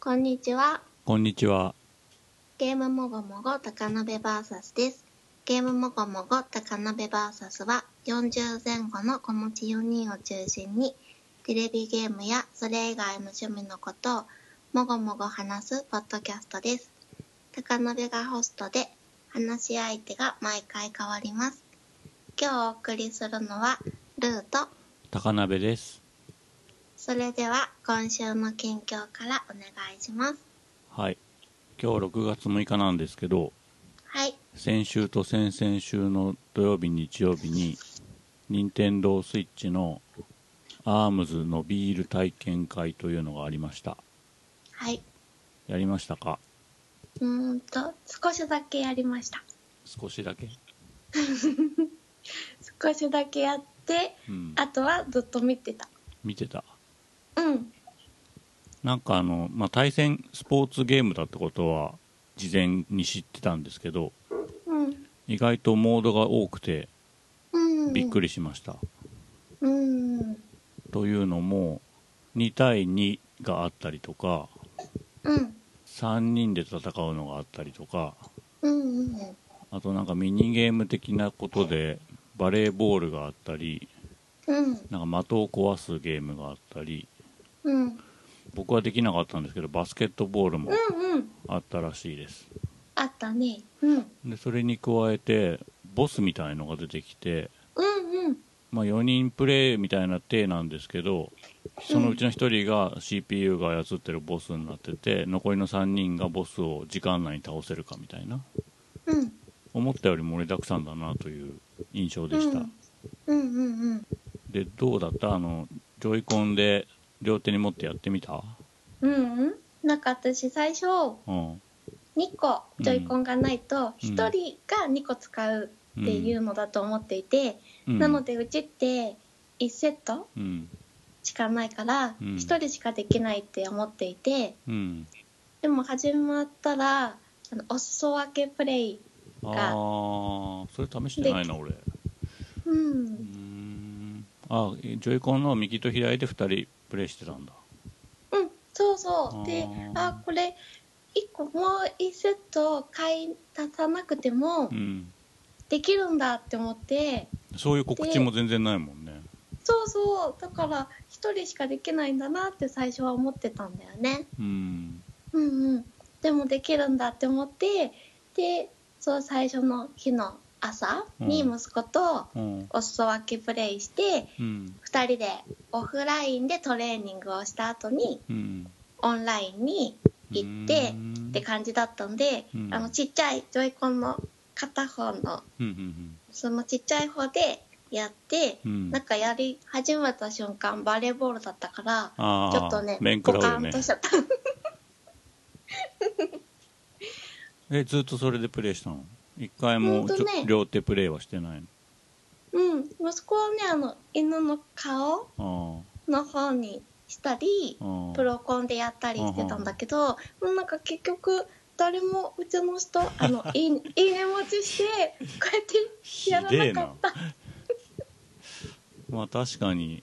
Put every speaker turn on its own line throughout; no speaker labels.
こんにちは。
こんにちは。
ゲームもごもご高鍋バーサスです。ゲームもごもご高鍋バーサスは40前後の子持ち4人を中心にテレビゲームやそれ以外の趣味のことをもごもご話すポッドキャストです。高鍋がホストで話し相手が毎回変わります。今日お送りするのはルート。
高鍋です。
それでは今週の近況からお願いします。
はい。今日6月6日なんですけど、
はい。
先週と先々週の土曜日、日曜日に、任天堂スイッチのアームズのビール体験会というのがありました。
はい。
やりましたか
うーんと、少しだけやりました。
少しだけ
少しだけやって、
うん。
あとはずっと見てた。
見てた。
うん。
なんかあの、まあ、対戦スポーツゲームだってことは、事前に知ってたんですけど、
うん。
意外とモードが多くて
うん。
びっく
り。
りしました。
うん。
というのも2対2があったりとか
うん。
3人で戦うのがあったりとか
うん。うん。
あとなんかミニゲーム的なことでバレーボールがあったり
うん。
なんか的を壊すゲームがあったり
うん。
僕はできなかったんですけどバスケットボールも
うん。うん。
あったらしいです
あったね。うん。
でそれに加えてボスみたいのが出てきて、
うん。うん。
まあ、4人プレイみたいな体なんですけどそのうちの1人が CPU が操ってるボスになってて残りの3人がボスを時間内に倒せるかみたいな
うん。
思ったより盛りだくさんだなという印象で
う
した、
ん。うん。うん。うん。
でどうだったあのジョイコンで両手に持ってやってみた
うん。うん。なんか私最初、
うん
2個ジョイコンがないと、
うん
1人が2個使うっていうのだと思っていて、
うん
なのでうちって1セット
うん
しかないから
うん
一人しかできないって思っていて、
うん
でも始まったらあのお裾分けプレイ
ああーそれ試してないな俺う
う
ー
ん
んあジョイコンの右と左で2人プレイしてたんだ
うんそうそ
あー
うであこれ1個もう1セット買い足さなくても
うん
できるんだって思って
そういう告知も全然ないもんね
そうそうだから一人しかできないんだなって最初は思ってたんだよね
うん
うんうんでもできるんだって思ってでそう最初の日の朝に
うん
息子と
うん
お裾分けプレイして
うん
2人でオフラインでトレーニングをした後に
うん
オンラインに行って
うん
って感じだったんで、
うん
あのちっちゃいジョイコンの片方の
うんうん
そのちっちゃい方でやって、
うん
なんかやり始めた瞬間バレーボールだったから
あ
ち
あ
ょっとね
面
ポ
食らう
カ
よ
ン
ね
としちゃった、
えずっとそれでプレイしたの一回も、
ほんと
ちょ
ね
両手プレイはしてない
うん、息子はねあの犬の顔
の
の方にしたり、
あーあー
プロコンでやったりしてたんだけど、なんか結局誰もうちの 人あのいいねいいね持ちしてこうやってやらなかった
まあ確かに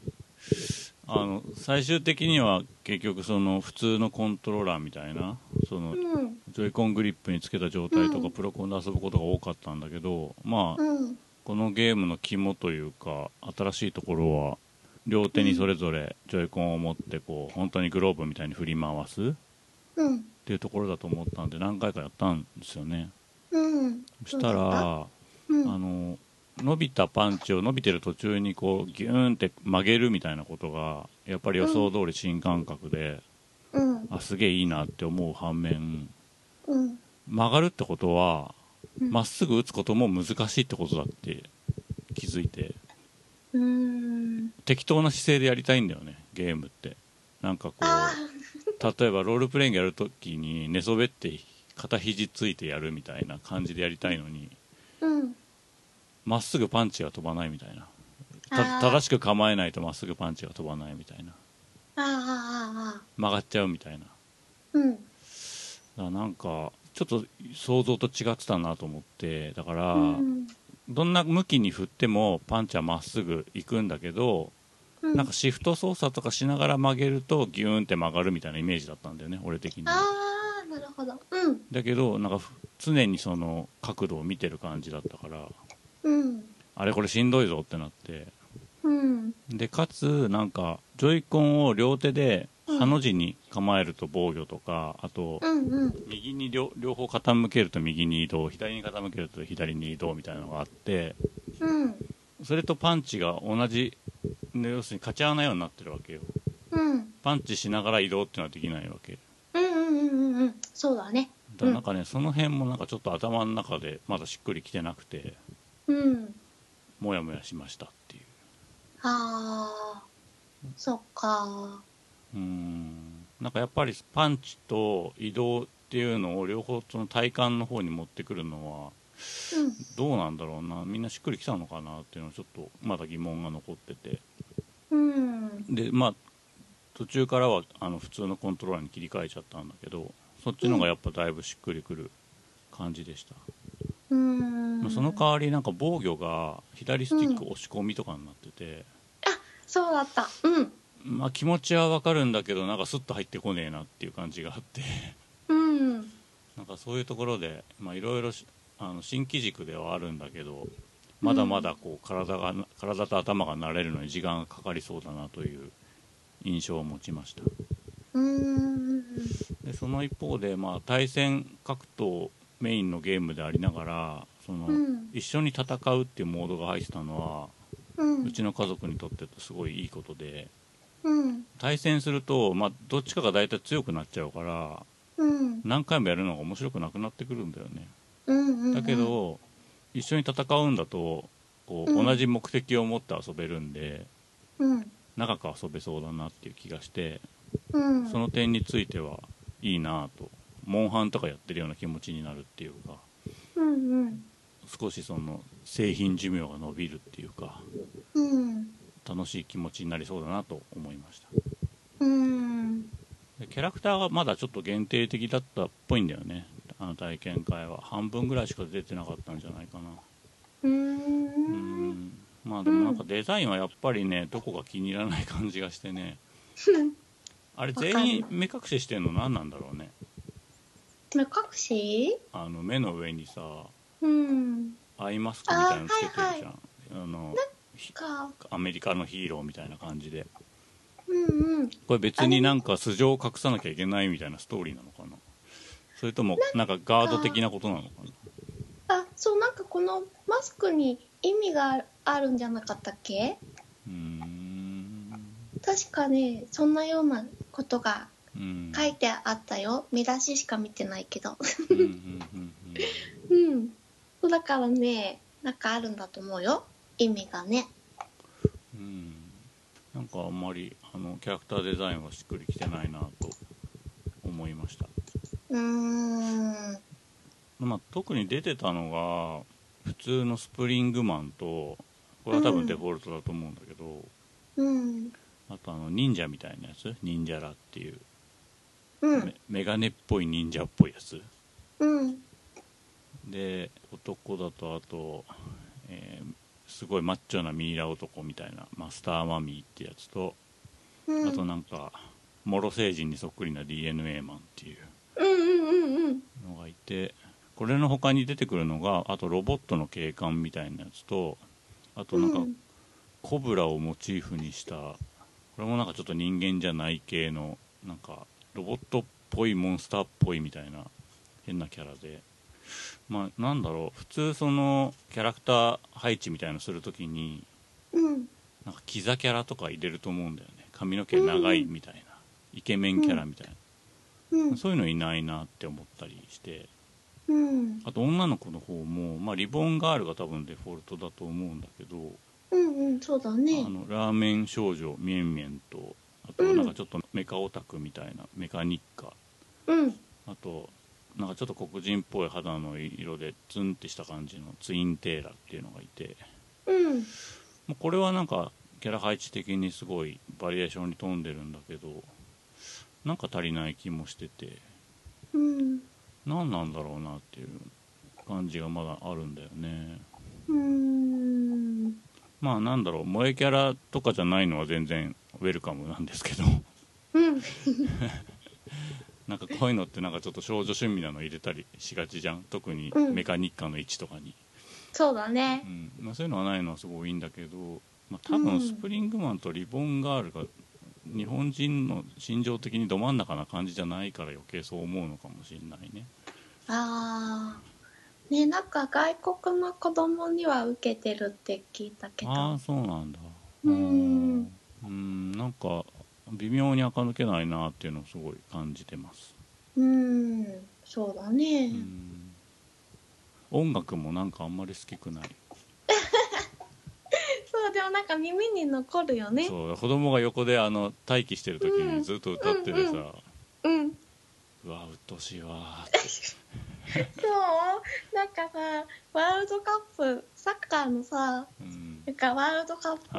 あの最終的には結局その普通のコントローラーみたいなその、
うん
ジョイコングリップにつけた状態とか、
うん
プロコンで遊ぶことが多かったんだけどまあ、
うん
このゲームの肝というか新しいところは両手にそれぞれジョイコンを持ってこう本当にグローブみたいに振り回すっ
うん
ていうところだと思ったんで何回かやったんですよね、
うん
そしたら、
うん
あの伸びたパンチを伸びてる途中にこうギューンって曲げるみたいなことがやっぱり予想通り新感覚で、
うん
あすげえいいなって思う反面
うん
曲がるってことは
うん
まっすぐ打つことも難しいってことだって気づいて
うん
適当な姿勢でやりたいんだよねゲームってなんかこ
あ
う例えばロールプレイングやるときに寝そべって肩肘ついてやるみたいな感じでやりたいのに
ーうん
まっすぐパンチが飛ばないみたいな
あ
た
ー
正しく構えないとまっすぐパンチが飛ばないみたいな
あーあーあーあ
曲がっちゃうみたいなだか
ーうん
らなんかちょっと想像と違ってたなと思ってだから、
うん
どんな向きに振ってもパンチはまっすぐ行くんだけど
うん
なんかシフト操作とかしながら曲げるとギューンって曲がるみたいなイメージだったんだよね俺的には
あーなるほどうん
だけどなんかふ常にその角度を見てる感じだったから
うん
あれこれしんどいぞってなって
うん
でかつなんかジョイコンを両手で
うん
ハの字に構えると防御とかあと
うんうん
右に両両方傾けると右に移動左に傾けると左に移動みたいなのがあって
うん
それとパンチが同じね要するに勝ち合わないようになってるわけよ
うん
パンチしながら移動っていうのはできないわけ
うんうんうんうんうんそうだね
だからなんかね、その辺もなんかちょっと頭の中でまだしっくりきてなくて
うん
モヤモヤしましたっていう
あーそっか
うーんなんかやっぱりパンチと移動っていうのを両方その体幹の方に持ってくるのは
うん
どうなんだろうなみんなしっくりきたのかなっていうのはちょっとまだ疑問が残ってて
うん
でまあ途中からはあの普通のコントローラーに切り替えちゃったんだけどそっちの方がやっぱだいぶしっくりくる感じでした、
うん
その代わりなんか防御が左スティック押し込みとかになってて、
そうだったうん
まあ気持ちはわかるんだけどなんかスッと入ってこねえなっていう感じがあって
うん
なんかそういうところでまあいろいろしあの新機軸ではあるんだけどまだまだこう体がな体と頭が慣れるのに時間がかかりそうだなという印象を持ちました
うん
でその一方で、まあ、対戦格闘メインのゲームでありながらその、
うん
一緒に戦うっていうモードが入ってたのは、
うん
うちの家族にとってすごいいいことで
うん
対戦すると、まあ、どっちかが大体強くなっちゃうから
うん
何回もやるのが面白くなくなってくるんだよね
うん
だけど、一緒に戦うんだとこう、
うん
同じ目的を持って遊べるんで
うん
長く遊べそうだなっていう気がして
うん
その点についてはいいなぁとモンハンとかやってるような気持ちになるっていうか
うんうん
少しその製品寿命が伸びるっていうか
うん
楽しい気持ちになりそうだなと思いました
うん
でキャラクターがまだちょっと限定的だったっぽいんだよねあの体験会は半分ぐらいしか出てなかったんじゃないかな
う
うんんまあでもなんかデザインはやっぱりねどこが気に入らない感じがしてねあれ全員目隠ししてんの何なんだろうね
目隠し
あの目の上にさ
うん
アイマスクみたいなのつけてるじゃん
あ
あ,、
はいは
のひ
か
アメリカのヒーローみたいな感じで
うんうん
これ別になんか素性を隠さなきゃいけないみたいなストーリーなのかなそれともなんかガード的なことなのかな
あそうなんかこのマスクに意味があるんじゃなかったっけ
うーん
確かねそんなようなことが
うん
書いてあったよ見出ししか見てないけど
うんうんうん
うんそうだからねなんかあるんだと思うよ意味がね
うんうんなんかあんまりあのキャラクターデザインはしっくりきてないなと思いました、
うーん
まあ、特に出てたのが普通のスプリングマンとこれは多分デフォルトだと思うんだけど、
うん
あとあの忍者みたいなやつ忍者らっていう、
うん
メメガネっぽい忍者っぽいやつ
うん
で男だとあと、えーすごいマッチョなミイラ男みたいなマスターマミーってやつと
うん
あとなんかモロ星人にそっくりな DNA マンっていう
うんうんうんうん
のがいてこれの他に出てくるのがあとロボットの警官みたいなやつとあとなんか
うん
コブラをモチーフにしたこれもなんかちょっと人間じゃない系のなんかロボットっぽいモンスターっぽいみたいな変なキャラでまあなんだろう普通そのキャラクター配置みたいのするときに
うん
なんかキザキャラとか入れると思うんだよね髪の毛長いみたいな、イケメンキャラみたいな、
うん
そういうのいないなって思ったりして
うん
あと女の子の方も、まあ、リボンガールが多分デフォルトだと思うんだけど、
うんうんそうだね
あのラーメン少女みえんみえんとあと
うん
なんかちょっとメカオタクみたいなメカニッカ
うん
あとなんかちょっと黒人っぽい肌の色でツンってした感じのツインテーラっていうのがいて
うん
もうこれはなんかキャラ配置的にすごいバリエーションに富んでるんだけどなんか足りない気もしてて
うん
何なんだろうなっていう感じがまだあるんだよね
うーん
まあなんだろう萌えキャラとかじゃないのは全然ウェルカムなんですけど
うん
なんかこういうのってなんかちょっと少女趣味なの入れたりしがちじゃん特に
うん
メカニッカの位置とかに、
そうだね
う。んまあ、そういうのはないのはすごいいいんだけど、まあ、多分スプリングマンとリボンガールが日本人の心情的にど真ん中な感じじゃないから余計そう思うのかもしれないね
ああ。ね、なんか外国の子供には受けてるって聞いたけ
ああ
ど。
そうなんだ
うん
うんなんか微妙に垢抜けないなっていうのをすごい感じてます
うん、そうだね。
うん音楽もなんかあんまり好きくない、
そう、でもなんか耳に残るよね。
そう子供が横であの待機してる時
う
に
ん
ずっと歌っててさ、
う
うん
うん。
わうっとうしいわーって
そう、なんかさ、ワールドカップ、サッカーのさ、
うん
なんかワールドカップっぽ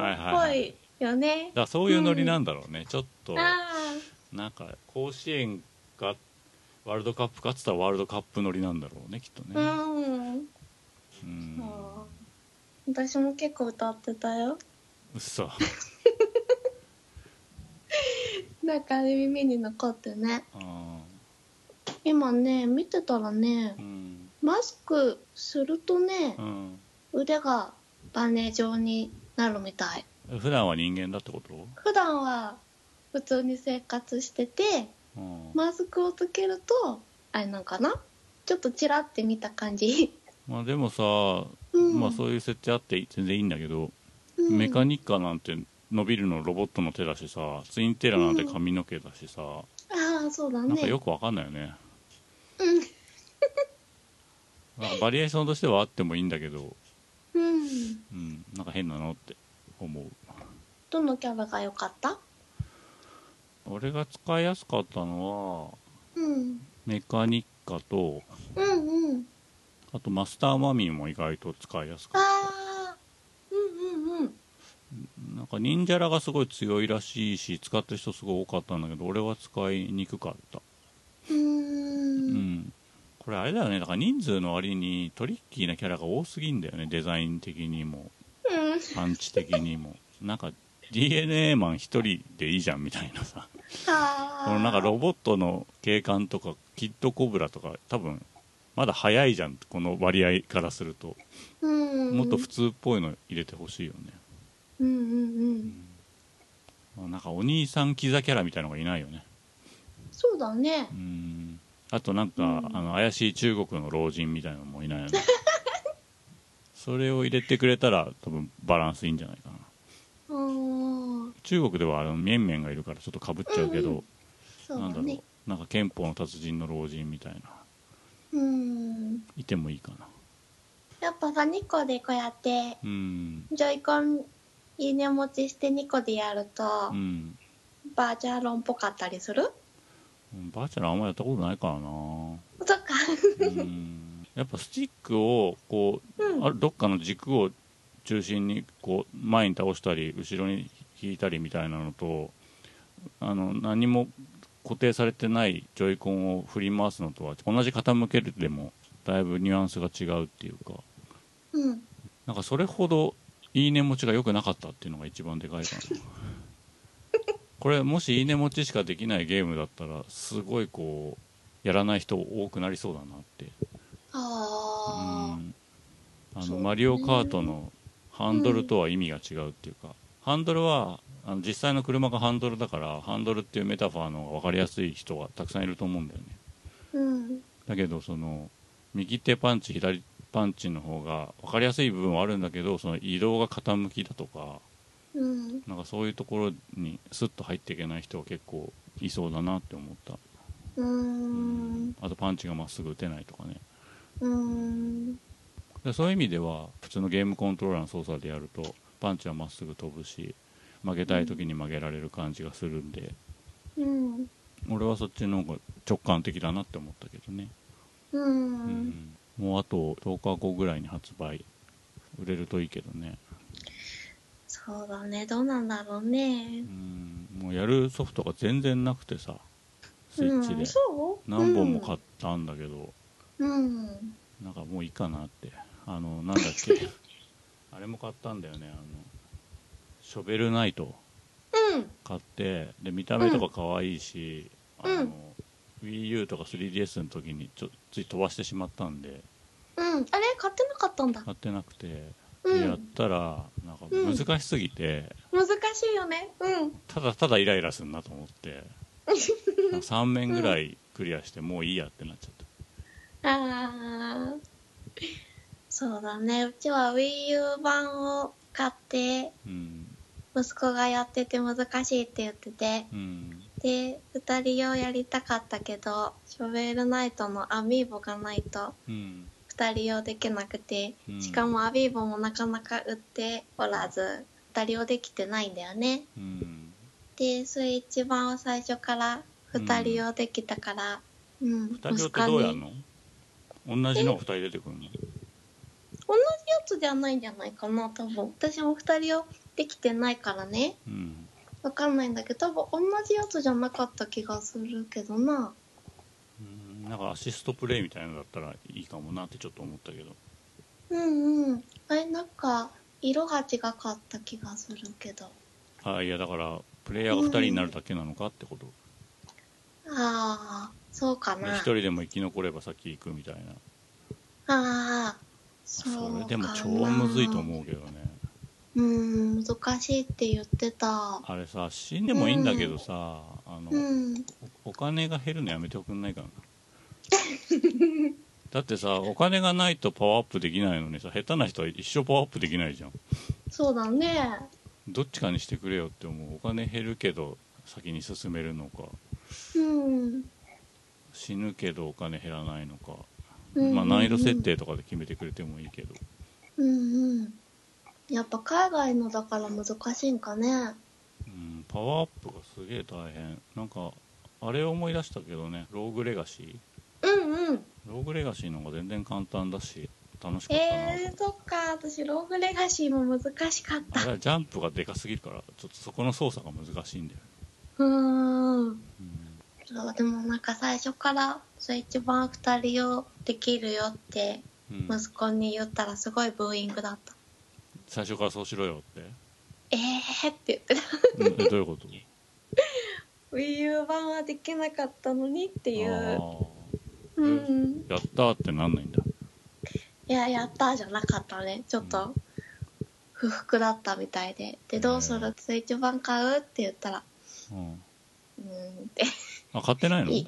いよね
だ。からそういうノリなんだろうね、ちょっと
あ
なんか甲子園がワールドカップかっつったらワールドカップノリなんだろうねきっと
あ
ね、
ー、うん。
うん
そう私も結構歌ってたよ。
うっそ
なんか耳に残ってね。
あ
今ね、見てたらね
ーう、ん
マスクするとね
う、ん
腕がバネ状になるみたい。
普段は人間だってこと、
普段は普通に生活してて、
うんま
マスクをつけるとあれなんかなちょっとチラって見た感じ、
あ、でもさ、
うん、
まあ、そういう設定あって全然いいんだけど、
うん
メカニッカなんて伸びるのロボットの手だしさツインテーラなんて髪の毛だしさ、
ああそうだね
なんかよくわかんないよね、
うん
なんかバリエーションとしてはあってもいいんだけど、
うん
うん、なんか変なのって思う
どのキャラが良かった
俺が使いやすかったのは
うん
メカニッカと
うんうん
あとマスターマミーも意外と使いやすかっ
ああうんうんうん
たなんか忍者らがすごい強いらしいし使ってる人すごい多かったんだけど俺は使いにくかった
う
うん、
ーん
これあれだよねだから人数の割にトリッキーなキャラが多すぎんだよねデザイン的にも
うん
パンチ的にも なんか DNA マン1人でいいじゃんみたいなさ
あ
このなんかロボットの警官とかキッドコブラとか多分まだ早いじゃんこの割合からすると
うん
もっと普通っぽいの入れてほしいよね、
うんうんうん
あなんかお兄さんキザキャラみたいのがいないよね
そうだね
うんあとなんか、
うん
あの怪しい中国の老人みたいのもいないよ ねそれを入れてくれたら多分バランスいいんじゃないかな
あー
中国ではあのミェンメンがいるからちょっとかぶっちゃうけど、
うんそう
なん
だ
だろ
ね
うなんか憲法の達人の老人みたいな
うん
いてもいいかな
やっぱさ2個でこうやって
うん
ジョイコンいいね持ちして2個でやると、
うん
バーチャロンっぽかったりする
バーチャルあんまやったことないからな
そっか。
うんやっぱスティックをこう、
うん
あるどっかの軸を中心にこう前に倒したり後ろに引いたりみたいなのとあの何も固定されてないジョイコンを振り回すのとは同じ傾けるでもだいぶニュアンスが違うっていうか
うん。
なんかそれほどいいね持ちが良くなかったっていうのが一番でかいかなこれもしいいね持ちしかできないゲームだったらすごいこうやらない人多くなりそうだなって
ああ。
うんあ
そう
の
ね
マリオカートのハンドルとは意味が違うっていうか、ハンドルはあの実際の車がハンドルだからハンドルっていうメタファーの方が分かりやすい人がたくさんいると思うんだよね
うん。
だけどその右手パンチ左パンチの方が分かりやすい部分はあるんだけどその移動が傾きだとか
うん。
なんかそういうところにスッと入っていけない人は結構いそうだなって思った、
うーん。
あとパンチがまっすぐ打てないとかね
うーん。
でそういう意味では普通のゲームコントローラーの操作でやるとパンチはまっすぐ飛ぶし曲げたい時に曲げられる感じがするんで、
うん。
俺はそっちの方が直感的だなって思ったけどね、
う。
うんもうあと10日後ぐらいに発売売れるといいけどね、
そうだね。どうなんだろう
う
ね。
ん、もうやるソフトが全然なくてさスイッチで
うん、そう
何本も買ったんだけど、
うん。
なんかもういいかなってあのなんだっけあれも買ったんだよねあショベルナイト
うん。
買ってで見た目とか可愛いし、
うん
あ
うん
の WiiU とか 3DS の時にちょつい飛ばしてしまったんで
うん。あれ買ってなかったんだ。
買ってなくて、
う
やっ
ん。
たらなんか
うん
難しすぎて、
難しいよね。うん。
ただただイライラするなと 思って3面ぐらいクリアしてもういいやってなっちゃった
あー。そうだね。うちは Wii U 版を買って、
うん
息子がやってて難しいって言ってて。
うん
で、二人用やりたかったけど、ショベルナイトのアミーボがないと、
うん
二人用できなくて、
うん
しかもアビーボもなかなか売っておらず、二人用できてないんだよね。
うん
で、スイッチ版を最初から二人用できたから、うん、
2人用ってどうや
息
ん
子に
の同じの2人出てくるの
同じやつじゃないんじゃないかな、多分。私も二人用できてないからね。
うん
わかんないんだけど、多分同じやつじゃなかった気がするけどな。
うんなんかアシストプレイみたいなのだったらいいかもなってちょっと思ったけど
うんうん。あれ、なんか、色が違かった気がするけど。
あいやだからプレイヤーが2人になるだけなのかってこと、
ああ、そうか
で1
な。
人でも生き残れば先行くみたいな
ああ、そうか
そ
な。
れでも超むずいと思うけどね
う。うん、難しいって言ってた。
あれさ死んでもいいんだけどさ、あの
うん。
おお金が減るのやめておくんないかな だってさお金がないとパワーアップできないのにさ下手な人は一生パワーアップできないじゃん
そうだね。
どっちかにしてくれよって思うお金減るけど先に進めるのか
うん。
死ぬけどお金減らないのか、
うん
まあ、難易度設。定とかで決めてくれてもいいけど
うんうん。やっぱ海外のだから難しいんかね。
うんパワーアップがすげえ大変なんかあれを思い出したけどねローグレガシー
うんうん。
ローグレガシーの方が全然簡単だし楽しかったな、
えー、そっか。私、ローグレガシーも難しかっ
あれ
た。
はジャンプがでかすぎるからちょっとそこの操作が難しいんだよ、
うーん。
うん
そう、でもなんか最初から、スイッチ版二人用できるよって、
うん
息子に言ったらすごいブーイングだった。
最初からそうしろよって、
えーって言ってた。
うんえどういうこと
Wii U 版はできなかったのにってい
あ
う。
ー
うん。
やったーってなんないんだ
いや、やったじゃなかったね。ちょっ
う
と、不服だったみたいで。で、どうす
へ
る
ー
スイッチ版買うって言ったら、
うん
うーんって。
あ買ってないの
いい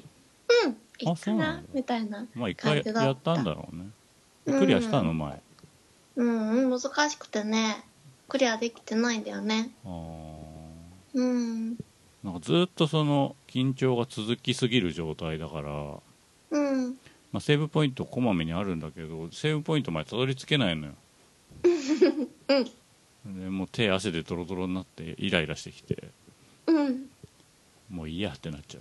うん。いい
そ
か
うな
なん
だ
みたいな。
まあ一
感
回
じだった
やったんだろうねクリアしたの前あ
うん、うん、難しくてね。クリアできてないんだよね。
ー
うん。
なんかずっとその緊張が続きすぎる状態だから、ま
うん。
あ、セーブポイントこまめにあるんだけどセーブポイントまでたどり着けないのよ
うん
でもう手汗でドロドロになってイライラしてきて
うん。
もういいやってなっちゃ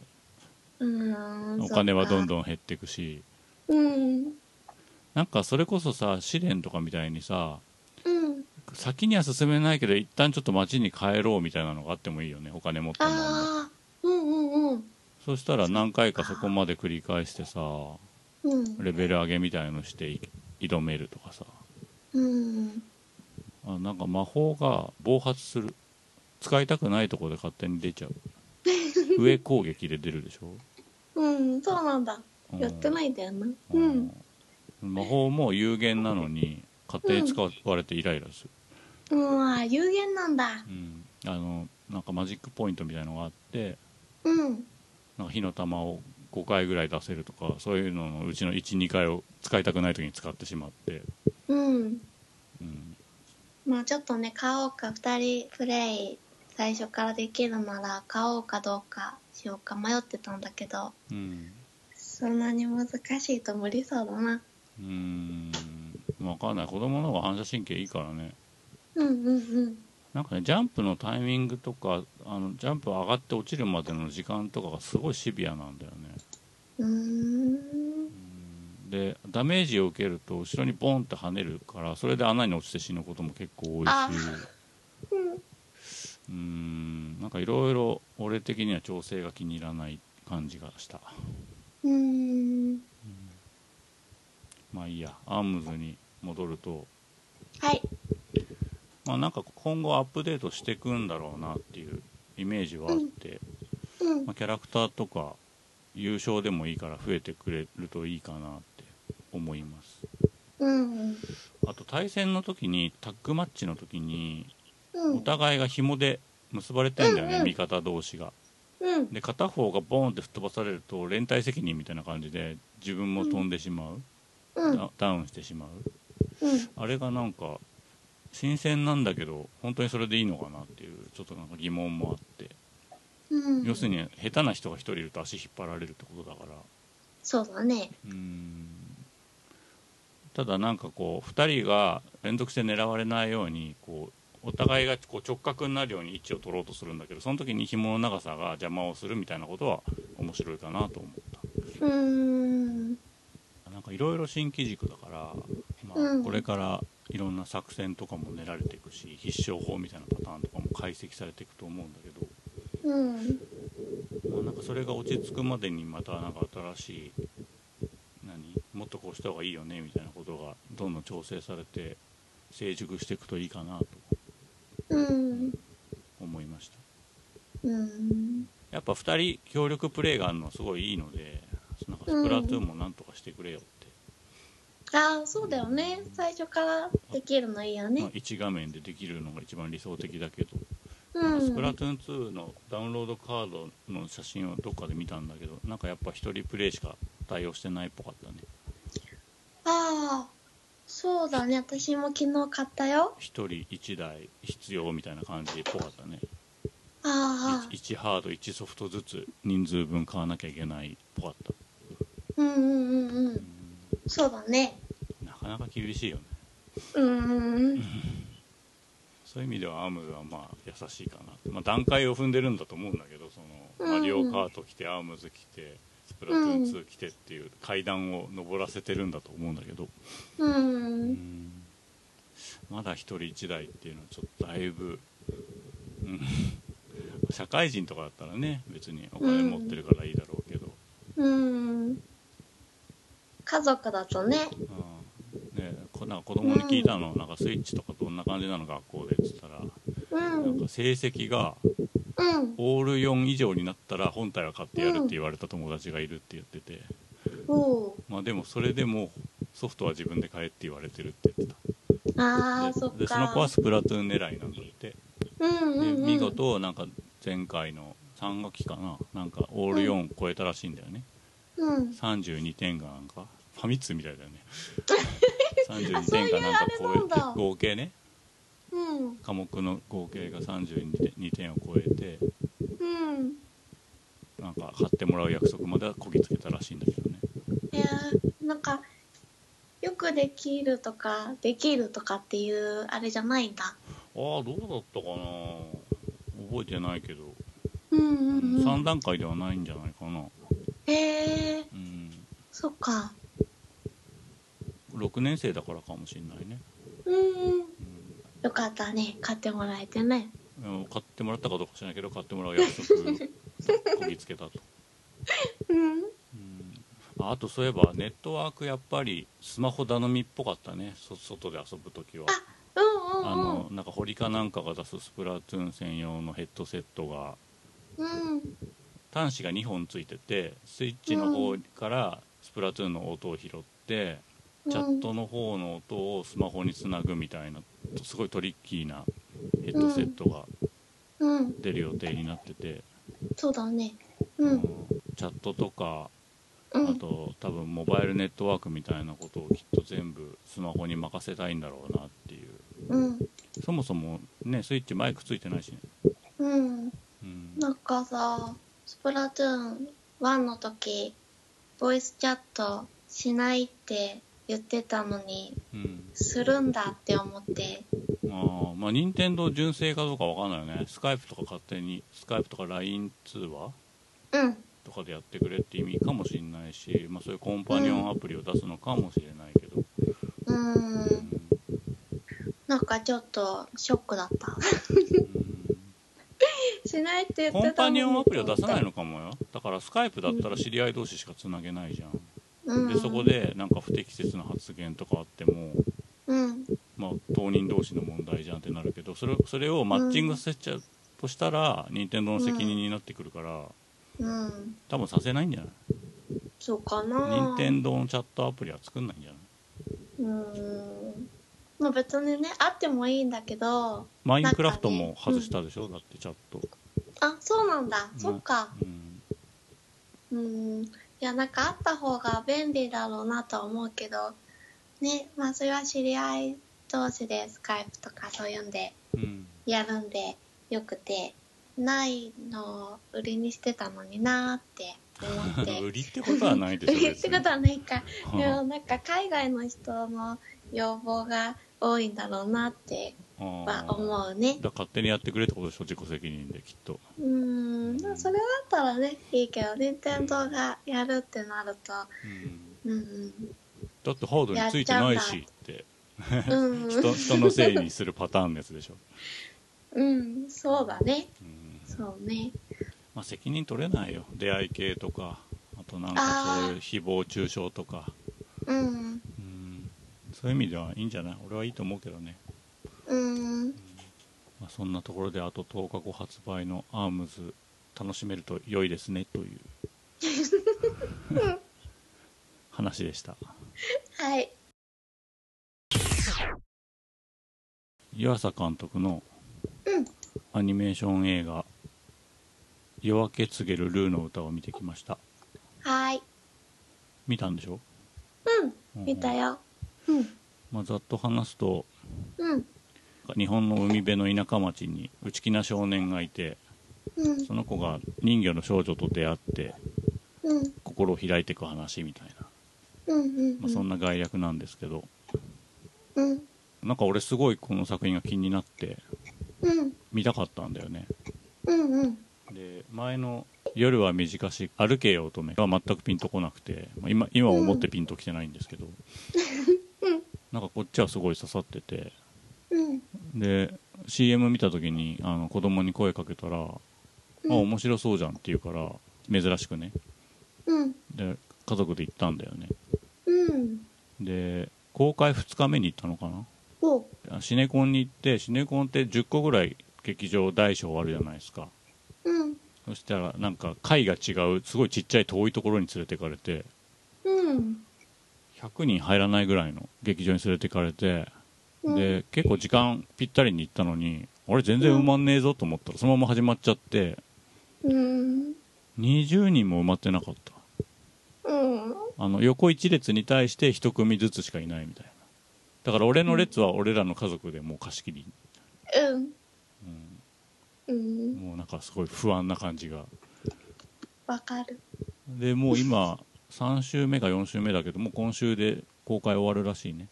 う
うん。
お金はどん
ん。
どん減っていくし
うん。
なんかそれこそさ試練とかみたいにさ
うん。
先には進めないけど一旦ちょっと街に帰ろうみたいなのがあってもいいよねお金持っても
ああ。うんうんうん。
そしたら何回かそこまで繰り返してさ
うん。
レベル上げみたいのしてい挑めるとかさ
うん。
あなんか魔法が暴発する使いたくないとこで勝手に出ち ゃう上攻撃で出るでしょ、
うん、そうなんだ。
うん
やってないんだよな。うん。
うん魔法も有限なのに勝手に使われてイライラする
うん、あ、有限なんだ。
うん、あのなんかマジックポイントみたいのがあって
うん。
なんか火の玉を5回ぐらい出せるとかそういうののうちの12回を使いたくない時に使ってしまって、
うん。
うん、
まあちょっとね、買おうか、二人プレイ、最初からできるなら、買おうかどうかしようか迷ってたんだけど、
うん
そんなに難しいと無理そうだな。
うーん分かんない子供の方が反射神経いいからね
うんうん
なんかねジャンプのタイミングとかあのジャンプ上がって落ちるまでの時間とかがすごいシビアなんだよね
うん。うーん。
うんでダメージを受けると後ろにボンって跳ねるからそれで穴に落ちて死ぬことも結構多いし
あうん
うーんなんかいろいろ俺的には調整が気に入らない感じがした
うーん。
まあいいやアームズに戻ると、
はい。
まあ、なんか今後アップデートしていくんだろうなっていうイメージはあって、
うん
まあ、キャラクターとか優勝でもいいから増えてくれるといいかなって思います
うん
あと対戦の時にタッグマッチの時に
うん
お互いが紐で結ばれてんだよね、
うんうん
味方同士が
うん
で片方がボーンって吹っ飛ばされると連帯責任みたいな感じで自分も飛んでしまう、
うん
ダダウンしてしまう
うん
あれがなんか新鮮なんだけど本当にそれでいいのかなっていうちょっとなんか疑問もあって、
うん
要するに下手な人が1人いると足引っ張られるってことだから
そうだね
うーんただなんかこう2人が連続して狙われないようにこうお互いがこう直角になるように位置を取ろうとするんだけどその時に紐の長さが邪魔をするみたいなことは面白いかなと思った。
うーん
なんかいろいろ新機軸だから、まあ
うん
これからいろんな作戦とかも練られていくし必勝法みたいなパターンとかも解析されていくと思うんだけ
うん
ど、まあ、なんかそれが落ち着くまでにまたなんか新しい何もっとこうした方がいいよねみたいなことがどんどん調整されて成熟していくといいかなと
うん
思いました
うん
やっぱ2人協力プレーがあるのはすごいいいのでなんかスプラトゥーンもなんとかしてくれよって、
ああそうだよね最初からできるのいいよ
まあ
ね、
1画面でできるのが一番理想的だけど
う
スプラ
ん
トゥーン2のダウンロードカードの写真をどっかで見たんだけどなんかやっぱ一人プレイしか対応してないっぽかったね
ああそうだね私も昨日買ったよ
一人一台必要みたいな感じっぽかったね
ああ
1ハード1ソフトずつ人数分買わなきゃいけないっぽかった
うんうんうんうんそうだね
なかなか厳しいよね
うんうんうん
そういう意味ではアームズはまあ優しいかな、まあ、段階を踏んでるんだと思うんだけどその、
うん
マリオカート来てアームズ来てスプラトゥーン2来てっていう階段を上らせてるんだと思うんだけど
うんうん
まだ一人一台っていうのはちょっとだいぶ、うん、 社会人とかだったらね別にお金持ってるからいいだろうけど、
うん家族だとね
うんね、こなんか子供に聞いたの、なんかスイッチとかどんな感じなの学校でっつったら、
う
なん
ん
か成績が
うん
オール4以上になったら本体は買ってやるって言われた友達がいるって言ってて、
おう
まあでもそれでもうソフトは自分で買えって言われてるって言ってた
ああ
で
そっか
でその子はスプラトゥーン狙いなんだって
うん
で
うんうん
見事なんか前回の3学期かななんかオール4超えたらしいんだよね、
うん
32点がなんかファミ通みたい だよね
あ
32
そうい
点
う
がなんか超
あれなん
えて
だ
合計ね
うん
科目の合計が32点を超えて
うん
なんか買ってもらう約束まではこぎつけたらしいんだけどね
いやーなんかよくできるとかできるとかっていうあれじゃないんだ
ああどうだったかな覚えてないけど、
うんうんう
3
ん
段階ではないんじゃないかな
へえ
うん
そっか
6年生だからかもしれないね、
うん
うん
よかったね買ってもらえてね
うん買ってもらったかどうか知らないけど買ってもらう約束をこぎつけたと、
うん
うんああとそういえばネットワークやっぱりスマホ頼みっぽかったねそ外で遊ぶ時は
うん
あ
うん
のなんか堀かなんかが出すスプラトゥーン専用のヘッドセットが
うんうん
端子が2本ついててスイッチの方からスプラトゥーンの音を拾って、チャットの方の音をスマホにつなぐみたいなすごいトリッキーなヘッドセットが
うんうん
出る予定になってて、
そうだねう
あ
ん
のチャットとか
うん
あと多分モバイルネットワークみたいなことをきっと全部スマホに任せたいんだろうなっていう
うん
そもそもねスイッチマイクついてないしね、
うん
うん、
なんかさ、スプラトゥーン1の時、ボイスチャットしないって言ってたのに、
うん
するんだって思って。
あーまあ任天堂純正かどうかわかんないよねスカイプとか勝手にスカイプとか LINE 通話
うん、
とかでやってくれって意味かもしれないし、まあ、そういうコンパニオンアプリを出すのかもしれないけど、
う
う
ーん、
ん
なんかちょっとショックだった。しないって言ってた
コ
のに
ンパニオンアプリを出さないのかもよだからスカイプだったら知り合い同士しかつなげないじゃん
うん、
でそこでなんか不適切な発言とかあっても
うん、
まあ、当人同士の問題じゃんってなるけどそれをそれをマッチングさせちゃうとしたら、任天堂の責任になってくるから
うん
多分させないんじゃない
そうかな
任天堂のチャットアプリは作んないんじゃない
うんまあ別にねあってもいいんだけど
マインクラフトも外したでしょ、だってチャット、
あそうなんだ、そっか
うん、
うんいやなんかあった方が便利だろうなとは思うけどねまあそれは知り合い同士でスカイプとかそういうんで
うん、
やるんでよくてないのを売りにしてたのになーって思って
売りってことはないでしょ
売りってことはないか
別に
でもなんか海外の人の要望が多いんだろうなっては
あー
思うね
だから勝手にやってくれってことでしょ自己責任できっと
うーんでもそれだったらねいいけど任天堂がやるってなると
うん
うん
だってハードについてないしって
うん、うん
人人のせいにするパターンのやつでしょ、
うん、そうだね。
うん
そうね。
まあ、責任取れないよ出会い系とかあとなんかそういう誹謗中傷とか、
うん。
うん、そういう意味ではいいんじゃない俺はいいと思うけどね、
うん。
まあ、そんなところであと10日後発売のアームズ楽しめると良いですねという 話でした
はい。
湯浅監督の
うん
アニメーション映画「夜明け告げるルーの歌」を見てきました
はい。
見たんでしょ
うん。見た
うん
よ。うん。
まあ、ざっと話すと
うん。
日本の海辺の田舎町に内気な少年がいて
うん。
その子が人魚の少女と出会って
うん。
心を開いていく話みたいな、
うん。うん。
まあ、そんな概略なんですけど
うん。
なんか俺すごいこの作品が気になって
うん。
見たかったんだよね
うん。うん。
で前の「夜は短し歩けよ乙女」が全くピンとこなくて、まあ今今思ってピンときてないんですけど、
うん
なんかこっちはすごい刺さってて
うん。
で CM 見た時にあの子供に声かけたら「
うん
あ面白そうじゃん」って言うから珍しくね
うん。
で家族で行ったんだよね
うん。
で公開2日目に行ったのか
お
なあシネコンに行ってシネコンって10個ぐらい劇場大小あるじゃないですか
うん。
そしたらなんか階が違うすごいちっちゃい遠いところに連れてかれて
うん。
100人入らないぐらいの劇場に連れてかれて
うん。
で結構時間ぴったりに行ったのにあれ全然埋まんねえぞと思ったらそのまま始まっちゃって
うん。
20人も埋まってなかっ
う
た
ん。
あの横1列に対して1組ずつしかいないみたいなだから俺の列は俺らの家族でもう貸し切り、
うん。
うんもうなんかすごい不安な感じが
わかる。
でもう今3週目か4週目だけどもう今週で公開終わるらしいね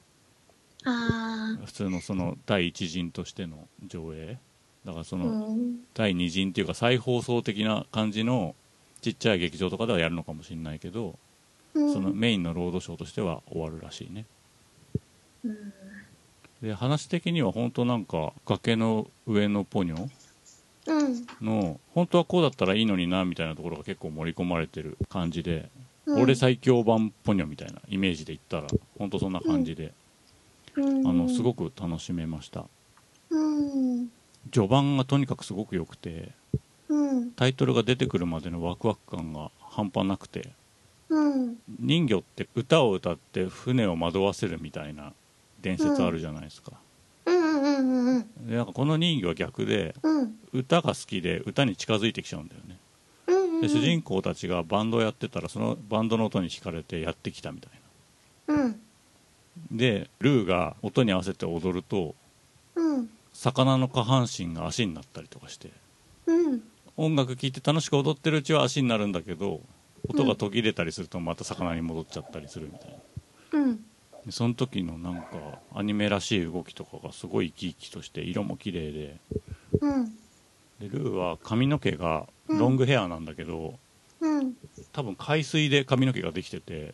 ああ。
普通のその第1陣としての上映だからそうの、
ん。
第2陣っていうか再放送的な感じのちっちゃい劇場とかではやるのかもしれないけど、
うん。
そのメインのロードショーとしては終わるらしいね
うん。
で話的には本当なんか崖の上のポニョ
うん。
の本当はこうだったらいいのになみたいなところが結構盛り込まれてる感じで、
うん
俺。最強版ポニョみたいなイメージで言ったら本当そんな感じで、
うん。
あのすごく楽しめました
うん。
序盤がとにかくすごく良くて
うん。
タイトルが出てくるまでのワクワク感が半端なくて
うん。
人魚って歌を歌って船を惑わせるみたいな伝説あるじゃないですか、
うん。うん。うん。
でなんかこの人魚は逆で
うん。
歌が好きで歌に近づいてきちゃうんだよね
うん。
で主人公たちがバンドをやってたらそのバンドの音に惹かれてやってきたみたい
うん。
なでルーが音に合わせて踊ると
うん。
魚の下半身が足になったりとかして
うん。
音楽聴いて楽しく踊ってるうちは足になるんだけど音が途切れたりするとまた魚に戻っちゃったりするみたいな
うん。
でその時のなんかアニメらしい動きとかがすごい生き生きとして色も綺麗で
うん。
でルーは髪の毛がロングヘアなんだけど、
うん。
多分海水で髪の毛ができてて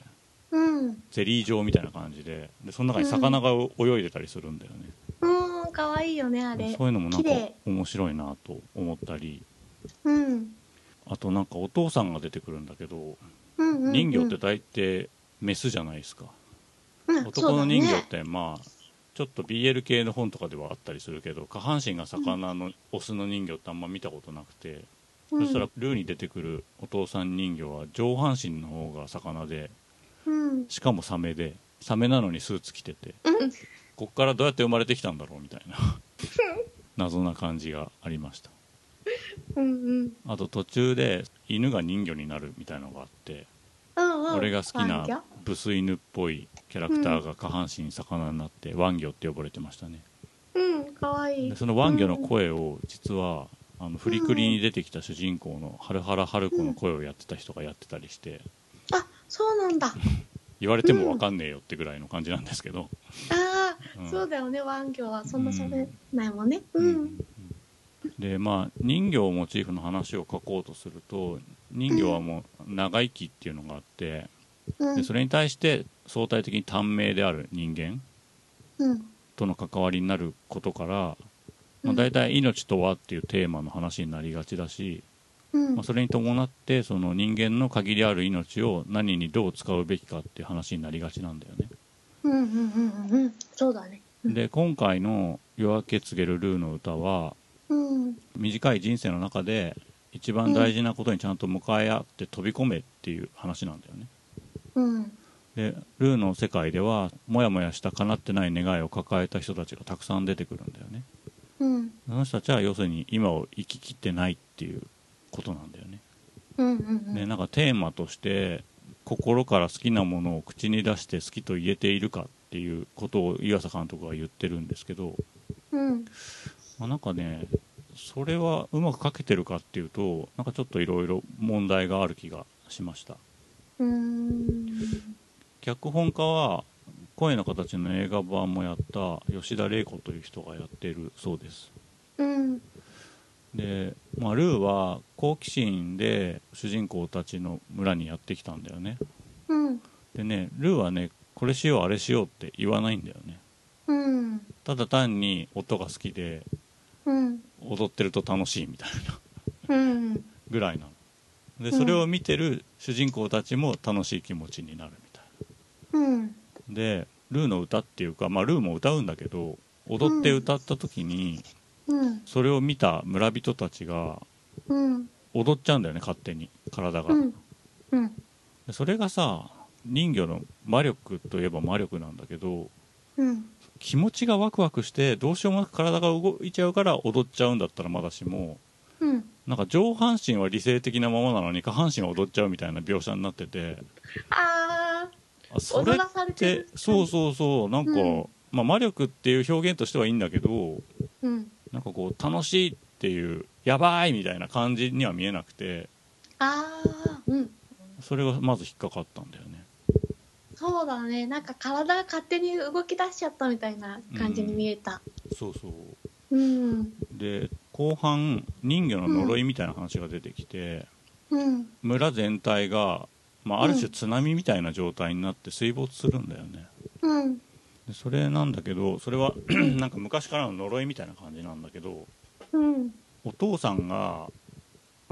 うん。
ゼリー状みたいな感じででその中に魚が泳いでたりするんだよね、
うん。かわいいよね、あれ
そう。いうのもなんか
綺麗
面白いなと思ったり
うん。
あとなんかお父さんが出てくるんだけど
うん。
人魚って大抵メスじゃないですか、
うん
男の人魚ってまあちょっと BL 系の本とかではあったりするけど下半身が魚のオスの人形ってあんま見たことなくて、
うん
そしたらルーに出てくるお父さん人形は上半身の方が魚で
うん
しかもサメでサメなのにスーツ着てて
うん
こっからどうやって生まれてきたんだろうみたい な謎な感じがありました
うんうん
あと途中で犬が人魚になるみたいなのがあって
うんうん
俺が好き
ワンギョ
なブス犬っぽいキャラクターが下半身魚になってワンギョって呼ばれてましたね
うんかわいい
でそのワンギョの声を実はあのフリクリに出てきた主人公の春原春子の声をやってた人がやってたりして
あそうなんだ
言われてもわかんねえよってぐらいの感じなんですけど、
ああ、
うん
そうだよねワンギョはそんな喋れないもんねうん、
でまあ人形をモチーフの話を書こうとすると人形はもう長生きっていうのがあって
うん
でそれに対して相対的に短命である人間
うん
との関わりになることから、
う
まあ、
ん
大体「命とは」っていうテーマの話になりがちだし、
うん
まあ、それに伴ってその人間の限りある命を何にどう使うべきかっていう話になりがちなんだよね。
うんうんうんうんうんそうだねうん
で今回の「夜明け告げるルーの歌は
うん
短い人生の中で一番大事なことにちゃんと向かい合って飛び込めっていう話なんだよね。
うん
でルーの世界ではモヤモヤした叶ってない願いを抱えた人たちがたくさん出てくるんだよね。
うん
その人たちは要するに今を生ききってないっていうことなんだよね。
うんうんうん
でなんかテーマとして心から好きなものを口に出して好きと言えているかっていうことを湯浅監督は言ってるんですけど、
うん
まあ、なんかねそれはうまく書けてるかっていうとなんかちょっといろいろ問題がある気がしました
うーん
脚本家は声の形の映画版もやった吉田玲子という人がやってるそうです
うん
で、まあ、ルーは好奇心で主人公たちの村にやってきたんだよね
うん
でねルーはねこれしようあれしようって言わないんだよね
うん
ただ単に音が好きで
うん
踊ってると楽しいみたいな
うん
ぐらいなので
うん
それを見てる主人公たちも楽しい気持ちになるみたい
うん
なでルーの歌っていうか、まあ、ルーも歌うんだけど踊って歌った時に
うん
それを見た村人たちが
うん
踊っちゃうんだよね勝手に体が、
うんうん
でそれがさ人魚の魔力といえば魔力なんだけど
うん
気持ちがワクワクしてどうしようもなく体が動いちゃうから踊っちゃうんだったらまだしも
うん
なんか上半身は理性的なままなのに下半身は踊っちゃうみたいな描写になってて
あ
あそれ
踊らさ
っ
れてる
てそうそうそうなんか、
うん
まあ、魔力っていう表現としてはいいんだけど
ーうん
なんかこう楽しいっていうやばいみたいな感じには見えなくて
ああうん
それがまず引っかかったんだよね
そうだねなんか体が勝手に動き出しちゃったみたいな感じに見えた
そうそ
う
う
ん
で後半人魚の呪いみたいな話が出てきて、
うん
村全体が、まあ、ある種津波みたいな状態になって水没するんだよね、
うん
でそれなんだけどそれは なんか昔からの呪いみたいな感じなんだけど
うん
お父さんが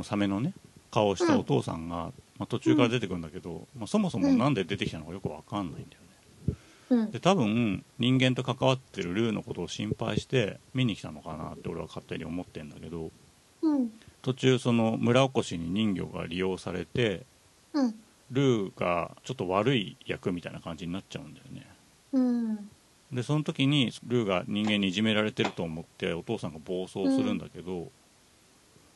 サメのね顔をしたお父さんが、まあ、途中から出てくるんだけど、まあ、そもそもなんで出てきたのかよくわかんないんだよ
う
ね
ん
で多分人間と関わってるルーのことを心配して見に来たのかなって俺は勝手に思ってんだけど
うん
途中その村おこしに人魚が利用されて
うん
ルーがちょっと悪い役みたいな感じになっちゃうんだよね
うん
でその時にルーが人間にいじめられてると思ってお父さんが暴走するんだけど、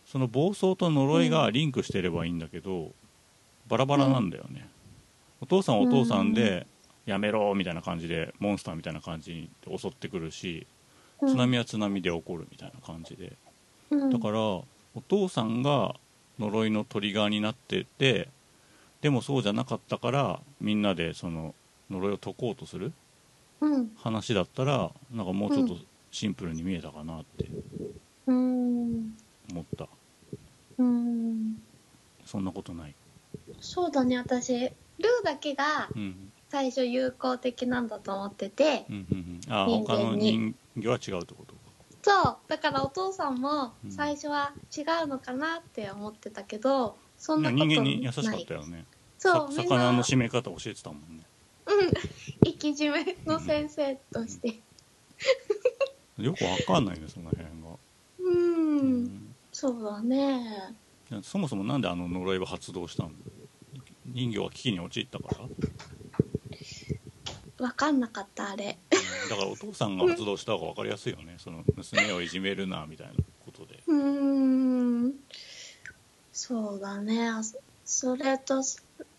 その暴走と呪いがリンクしてればいいんだけど、バラバラなんだよね、お父さんはお父さんで、やめろみたいな感じでモンスターみたいな感じに襲ってくるし
うん
津波は津波で起こるみたいな感じで
うん
だからお父さんが呪いのトリガーになっててでもそうじゃなかったからみんなでその呪いを解こうとする
うん
話だったらなんかもうちょっとシンプルに見えたかなって
うん
思った
うん
そんなことない
そうだね私ルーだけが
うん
最初友好的なんだと思ってて
うんうんうんあ
人間
他の
に
人魚は違うってことか
そうだからお父さんも
うん
最初は違うのかなって思ってたけどそん
い
な
や
ことない
人間に優しかったよね
そう
さ
みんな
魚の締め方教えてたもんね
うん生き締めの先生として
よくわかんないねその辺が、
うん、
うん
そうだね
いやそもそもなんであの呪いは発動したの人魚は危機に陥ったから
わかんなかったあれ
だからお父さんが発動した方が分かりやすいよねその娘をいじめるなみたいなことで
うーんそうだねあそそれとし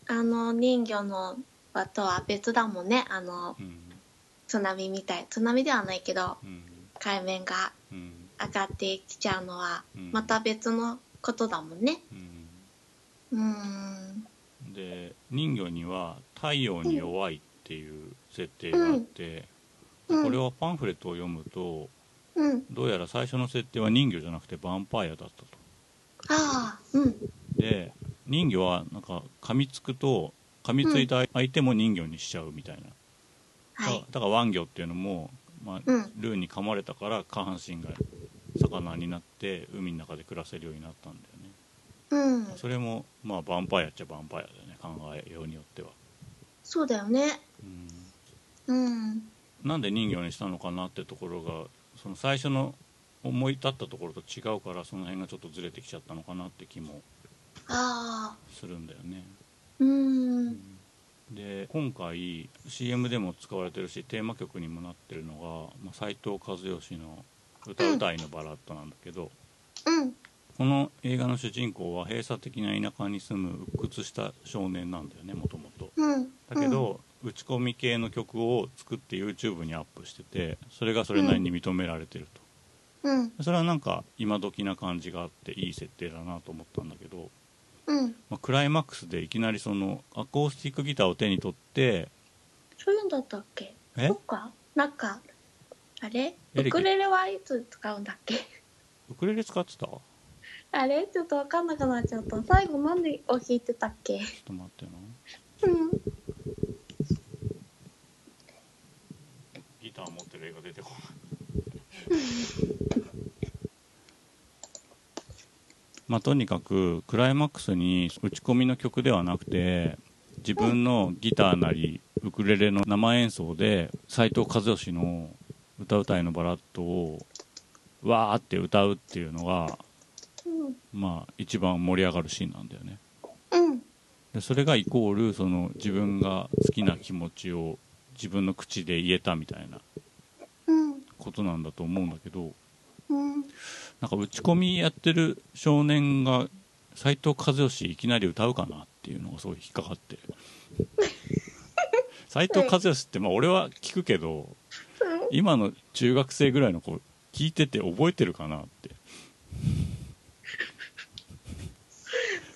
あの人魚の輪とは別だもんねあの
うん
津波みたい津波ではないけど
うん
海面が
うん
上がってきちゃうのは
うん
また別のことだもんね
う
うーん
んで人魚には太陽に弱いっていう設定があって、
うん
これはパンフレットを読むと
うん
どうやら最初の設定は人魚じゃなくてヴァンパイアだったと
ああうん
で人魚はなんか噛みつくと噛みついた相手も人魚にしちゃうみたいな、
は
だ
い
だからワンギョっていうのも、まあ
うん
ルーに噛まれたから下半身が魚になって海の中で暮らせるようになったんだよね、
うん
それもまあヴァンパイアっちゃヴァンパイアだよね考えようによっては、
そうだよね
うん
うん
なんで人魚にしたのかなってところがその最初の思い立ったところと違うからその辺がちょっとずれてきちゃったのかなって気も
ああ
するんだよね、
うーん
で今回 CM でも使われてるしテーマ曲にもなってるのが斎、まあ、藤和義の「歌うたいのバラッド」なんだけど、
うん
この映画の主人公は閉鎖的な田舎に住む鬱屈した少年なんだよねもともと
うん
だけど、打ち込み系の曲を作って YouTube にアップしててそれがそれなりに認められてると、
うん
それはなんか今時な感じがあっていい設定だなと思ったんだけど、
うん
まあ、クライマックスでいきなりそのアコースティックギターを手に取って
そういうんだったっけ
え
そっかなんかあれ
エレ
ウ
キ
クレレはいつ使うんだっけ
ウクレレ使ってたちょ
あれちょっとわかんなくなっちゃった最後何を弾いてたっけ
っと待ってな
うん
ギター持ってる映画出てこない まあとにかくクライマックスに打ち込みの曲ではなくて自分のギターなりウクレレの生演奏で斉藤和義の「歌うたいのバラッド」をわーって歌うっていうのが
うん
まあ一番盛り上がるシーンなんだよね
うん
でそれがイコールその自分が好きな気持ちを自分の口で言えたみたいな
うん
ことなんだと思うんだけど
うん
なんか打ち込みやってる少年が斎藤和義いきなり歌うかなっていうのがすごい引っか かって斎藤和義ってまあ俺は聞くけど今の中学生ぐらいの子聞いてて覚えてるかなって、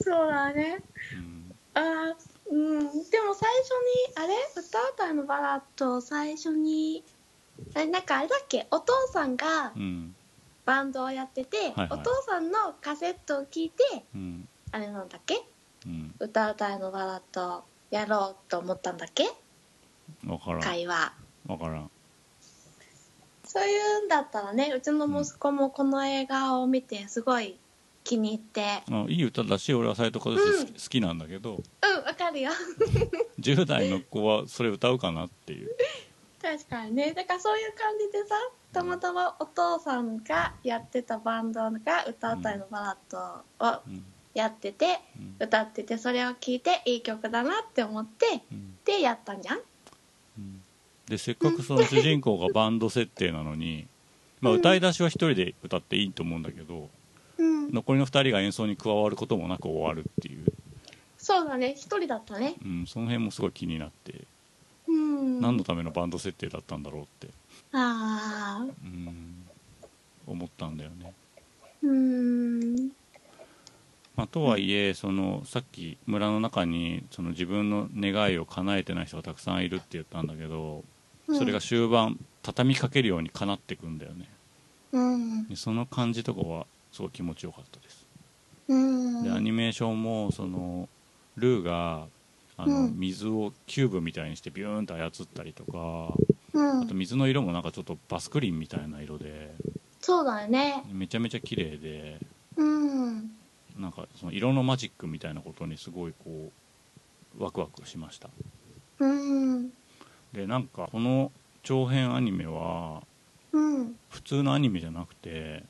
そうだね
うん
あーうんでも最初にあれ歌うたいのバラッドを最初にあれなんかあれだっけお父さんが
うん
バンドをやってて、
はいは
お
い
父さんのカセットを聞いて
うん
あれなんだっけ
うん
歌うたいのバラッドをやろうと思ったんだっけ
分からん
会話
分からん
そういうんだったらねうちの息子もこの映画を見てすごい気に入って
あいい歌だし俺は斎藤和義好き,、
うん
好きなんだけど
うんわかるよ
10代の子はそれ歌うかなっていう
確かにねだからそういう感じでさたまたまお父さんがやってたバンドが歌うたいのバラッドを
うん
やってて
うん
歌っててそれを聴いていい曲だなって思って
うん
でやったんじゃん
うんでせっかくその主人公がバンド設定なのに、まあ、
うん
歌い出しは一人で歌っていいと思うんだけど、
うん
残りの二人が演奏に加わることもなく終わるっていう、
そうだね一人だったね
うん、その辺もすごい気になって、
うん
何のためのバンド設定だったんだろうって、
ああ
うん、思ったんだよね。
うん
まあ、とはいえそのさっき村の中にその自分の願いを叶えてない人がたくさんいるって言ったんだけどそれが終盤畳みかけるように叶ってくんだよね
うん
でその感じとかはすごい気持ちよかったです
うん
でアニメーションもそのルーがあの、
うん
水をキューブみたいにしてビューンと操ったりとか
うん
あと水の色もなんかちょっとバスクリンみたいな色で
そうだよね
めちゃめちゃ綺麗で
うん
なんかその色のマジックみたいなことにすごいこうワクワクしました
うん
でなんかこの長編アニメは
うん
普通のアニメじゃなくて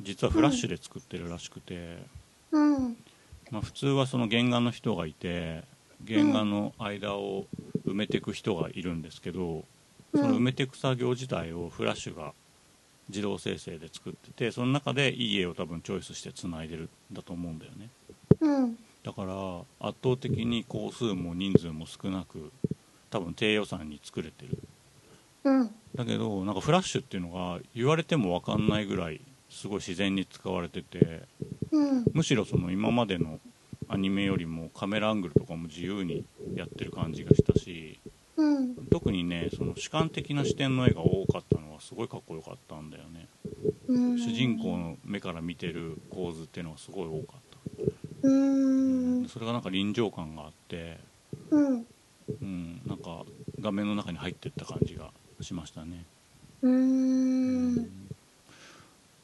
実はフラッシュで作ってるらしくて、
うん
まあ、普通はその原画の人がいて原画の間を埋めていく人がいるんですけど、その埋めていく作業自体をフラッシュが自動生成で作っててその中でいい絵を多分チョイスしてつないでるんだと思うんだよね
うん
だから圧倒的に工数も人数も少なく多分低予算に作れてる
うん
だけどなんかフラッシュっていうのが言われても分かんないぐらいすごい自然に使われてて
うん
むしろその今までのアニメよりもカメラアングルとかも自由にやってる感じがしたし
うん
特にねその主観的な視点の絵が多かったのはすごいかっこよかったんだよね
うん
主人公の目から見てる構図っていうのがすごい多かっ
う
た、
ん
それがなんか臨場感があって、
うん
うん、なんか画面の中に入ってった感じがしましたね
うん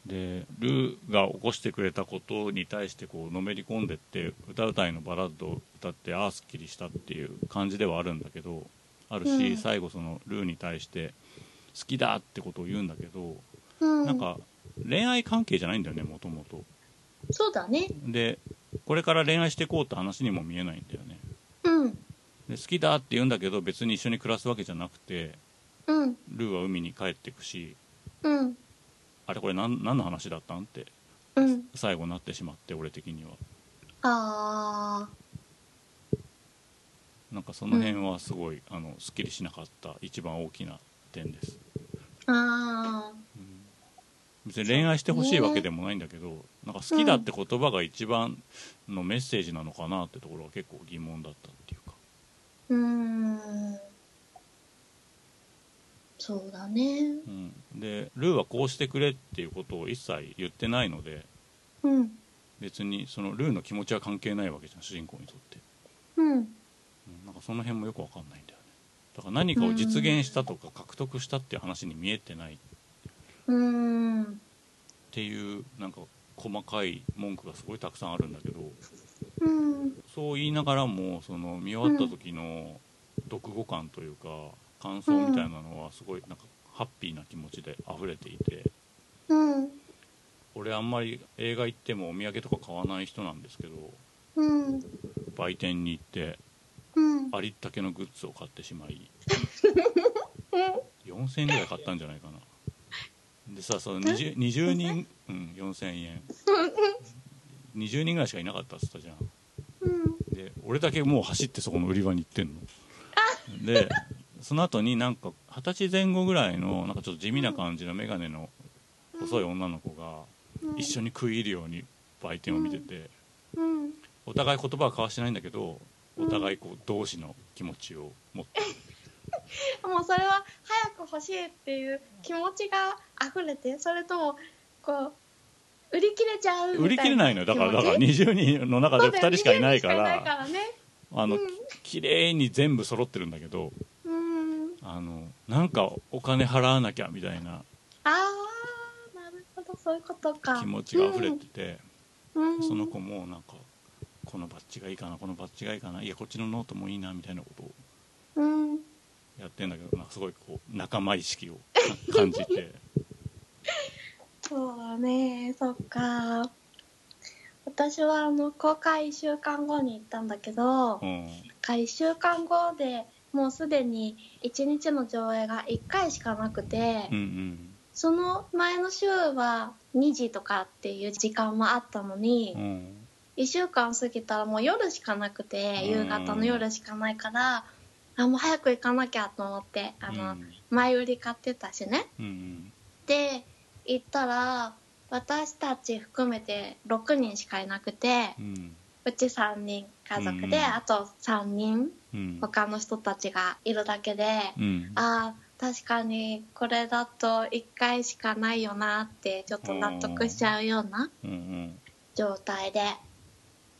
でルーが起こしてくれたことに対してこうのめり込んでって歌うたいのバラッドを歌ってああすっきりしたっていう感じではあるんだけどあるし、
うん
最後そのルーに対して好きだってことを言うんだけど、
うん
なんか恋愛関係じゃないんだよねもともと
そうだね
でこれから恋愛していこうって話にも見えないんだよね
うん
で好きだって言うんだけど別に一緒に暮らすわけじゃなくて
うん
ルーは海に帰ってくし
うん
あれこれ何何の話だったんって
うん
最後なってしまって俺的には
あ
なんかその辺はすごい、あのすっきりしなかった一番大きな点です、
ーあ
うん別に恋愛してほしいわけでもないんだけど、なんか好きだって言葉が一番のメッセージなのかなってところは結構疑問だったっていうか
ーうんそうだね
うん、でルーはこうしてくれっていうことを一切言ってないので
うん
別にそのルーの気持ちは関係ないわけじゃん主人公にとって、
うん
うん、なんかその辺もよくわかんないんだよねだから何かを実現したとか獲得したっていう話に見えてないっ
うん
ていうなんか細かい文句がすごいたくさんあるんだけど
うん
そう言いながらもその見終わった時の読後感というか感想みたいなのはすごいなんかハッピーな気持ちで溢れていて
うん
俺あんまり映画行ってもお土産とか買わない人なんですけど
うん
売店に行って
うん
ありったけのグッズを買ってしまい4000円ぐらい買ったんじゃないかなでさその 20, 20人うん4000円20人ぐらいしかいなかったっつったじゃん
うん
で俺だけもう走ってそこの売り場に行ってんのでその後になんか二十歳前後ぐらいのなんかちょっと地味な感じの眼鏡の細い女の子が一緒に食い入るように売店を見てて
うん
お互い言葉は交わしてないんだけどお互いこう同志の気持ちを持って
もうそれは早く欲しいっていう気持ちが溢れてそれともこう売り切れちゃうみたいな
売り切れないのよだからだから
気持ち
20人の中で
そうだよ
2人しかいないか
20人しいないかららね
あの綺麗に全部揃ってるんだけど
うん
あのなんかお金払わなきゃみたいな
ああなるほどそういうことか
気持ちが溢れてて
うん
その子もなんかこのバッジがいいかなこのバッジがいいかないやこっちのノートもいいなみたいなことを
うん
やってんだけどなんかすごいこう仲間意識をか感じて
そうだねそっか私はあの公開1週間後に行ったんだけど、
うん
か1週間後でもうすでに1日の上映が1回しかなくて、
うんうん
その前の週は2時とかっていう時間もあったのに、
うん
1週間過ぎたらもう夜しかなくて夕方の夜しかないから、あもう早く行かなきゃと思ってあの、
うん
前売り買ってたしね
うん
で行ったら私たち含めて6人しかいなくて
う、ん
うち3人家族で、
うん
あと3人
うん
他の人たちがいるだけで、
うん
ああ確かにこれだと1回しかないよなってちょっと納得しちゃうような
うんうん
状態で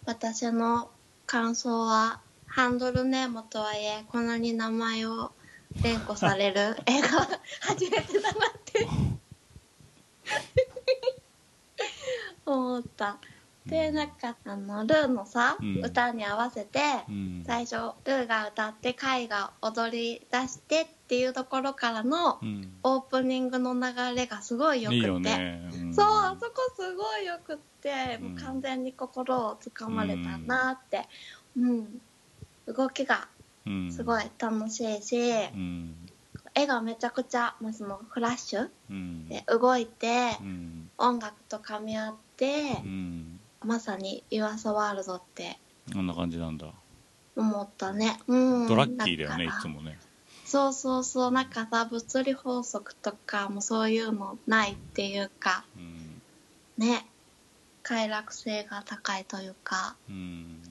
私の感想はハンドルネームとはいえこんなに名前を連呼され る映画は初めてだなって思った。でなんかあのルーのさ、
うん
歌に合わせて、
うん
最初ルーが歌ってカイが踊り出してっっていうところからの
うん
オープニングの流れがすごいよくて
いいよね、ん
そうあそこすごいよくって、
うん
もう完全に心をつかまれたなって、うん動きが
うん
すごい楽しいし、
うん
絵がめちゃくちゃもうそのフラッシュ
うん
で動いて、
うん
音楽と噛み合って、
うん
まさに「ユアサワールドって
こんな感じなんだ
思ったね、うん、
ドラッキーだよねい
から
つもね
そうそうそうなんかさ物理法則とかもそういうのないっていうか
うん
ね快楽性が高いというか
うん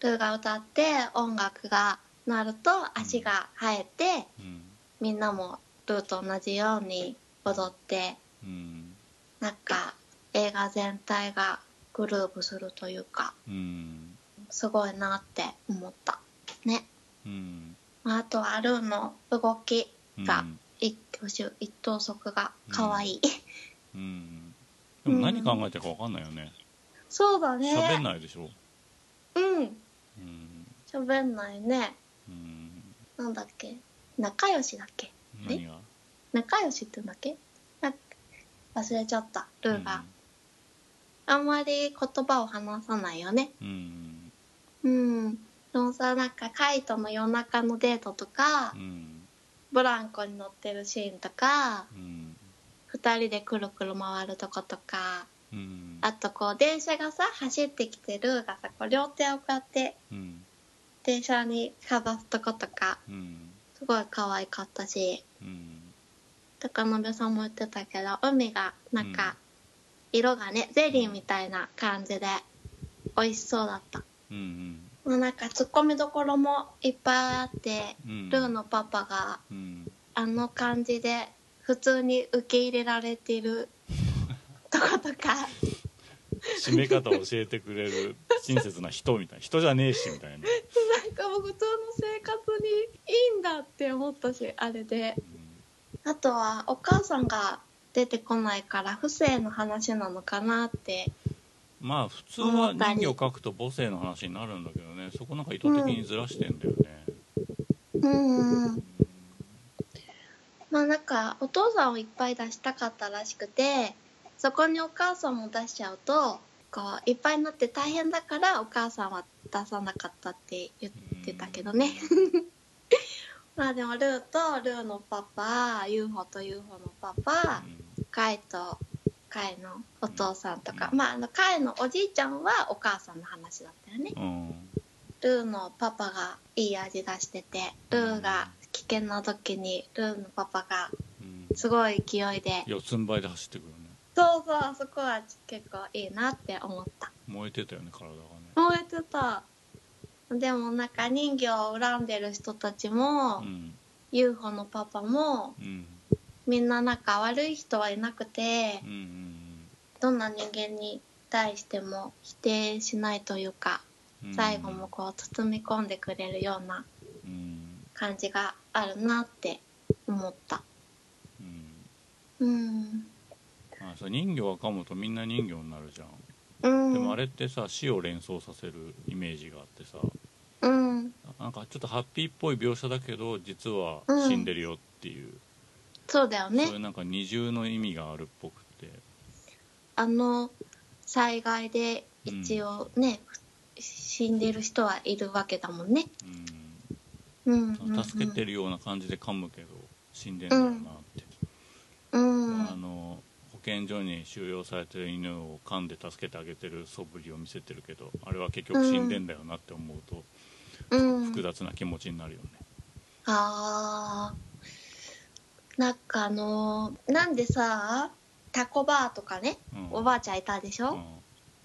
ルーが歌って音楽が鳴ると足が生えて
うん
みんなもルーと同じように踊って
うん
なんか映画全体がグルーブするというか
うん
すごいなって思ったね、
うん
まあ、あとはルーの動き
うん
が一挙手一投足が可愛い、
うんでも何考えてるか分かんないよね
そうだね
喋んないでしょ
うん
うん
喋んないね
うん
なんだっけ仲良しだっけ
何が
仲良しって言うんだっけな忘れちゃったルーが、あんまり言葉を話さないよね
うん
うんでもさなんかカイトの夜中のデートとか、
うん
ブランコに乗ってるシーンとか
うん
2人でくるくる回るとことか
うん
あとこう電車がさ走ってきてルーがさこう両手をこうやって
うん
電車にかざすとことか
うん
すごい可愛かったし
うん
高鍋さんも言ってたけど海がなんか色がねゼリーみたいな感じで美味しそうだった
うん
もうなんかツッコミどころもいっぱいあって、
うん
ルーのパパが
うん
あの感じで普通に受け入れられて るとことか
締め方を教えてくれる親切な人みたいな人じゃねえしみたいな、
なんかもう普通の生活にいいんだって思ったしあれであとはお母さんが出てこないから不正の話なのかなって
うんまあ普通は人魚描くと母性の話になるんだけどねそこなんか意図的にずらしてんだよね、
うんうんまあなんかお父さんをいっぱい出したかったらしくてそこにお母さんも出しちゃうとこういっぱいになって大変だからお母さんは出さなかったって言ってたけどねまあでもルーとルーのパパ UFO と UFO のパパカイとカイのお父さんとか
うん
まああのカイのおじいちゃんはお母さんの話だったよね
うんうん
ルーのパパがいい味出しててルーが危険な時にルーのパパが
うん
すごい勢いで
四つん這いで走ってくるよね
そうそうあそこは結構いいなって思った
燃えてたよね体がね
燃えてたでもなんか人魚を恨んでる人たちも、
うん、
UFO のパパも
うん、
みんな仲悪い人はいなくて
うんうん
どんな人間に対しても否定しないというか
うん
最後もこう包み込んでくれるような
うん
感じがあるなって思った
うん
うん
あそう人魚が噛むとみんな人魚になるじゃん、
うん
でもあれってさ死を連想させるイメージがあってさ
うん
なんかちょっとハッピーっぽい描写だけど実は
うん
死んでるよっていう、
そうだよね
そういうなんか二重の意味があるっぽくて
あの災害で一応ね、死んでる人はいるわけだもんね。
う
うんうんうん、
ん助けてるような感じで噛むけど死んでんだよなって、
うん、
あの保健所に収容されてる犬を噛んで助けてあげてる素振りを見せてるけどあれは結局死んでんだよなって思うと
うん、
複雑な気持ちになるよね、
あーなんかあのーなんでさタコバーとかね、
うん
おばあちゃんいたでし
う
ょ
ん、、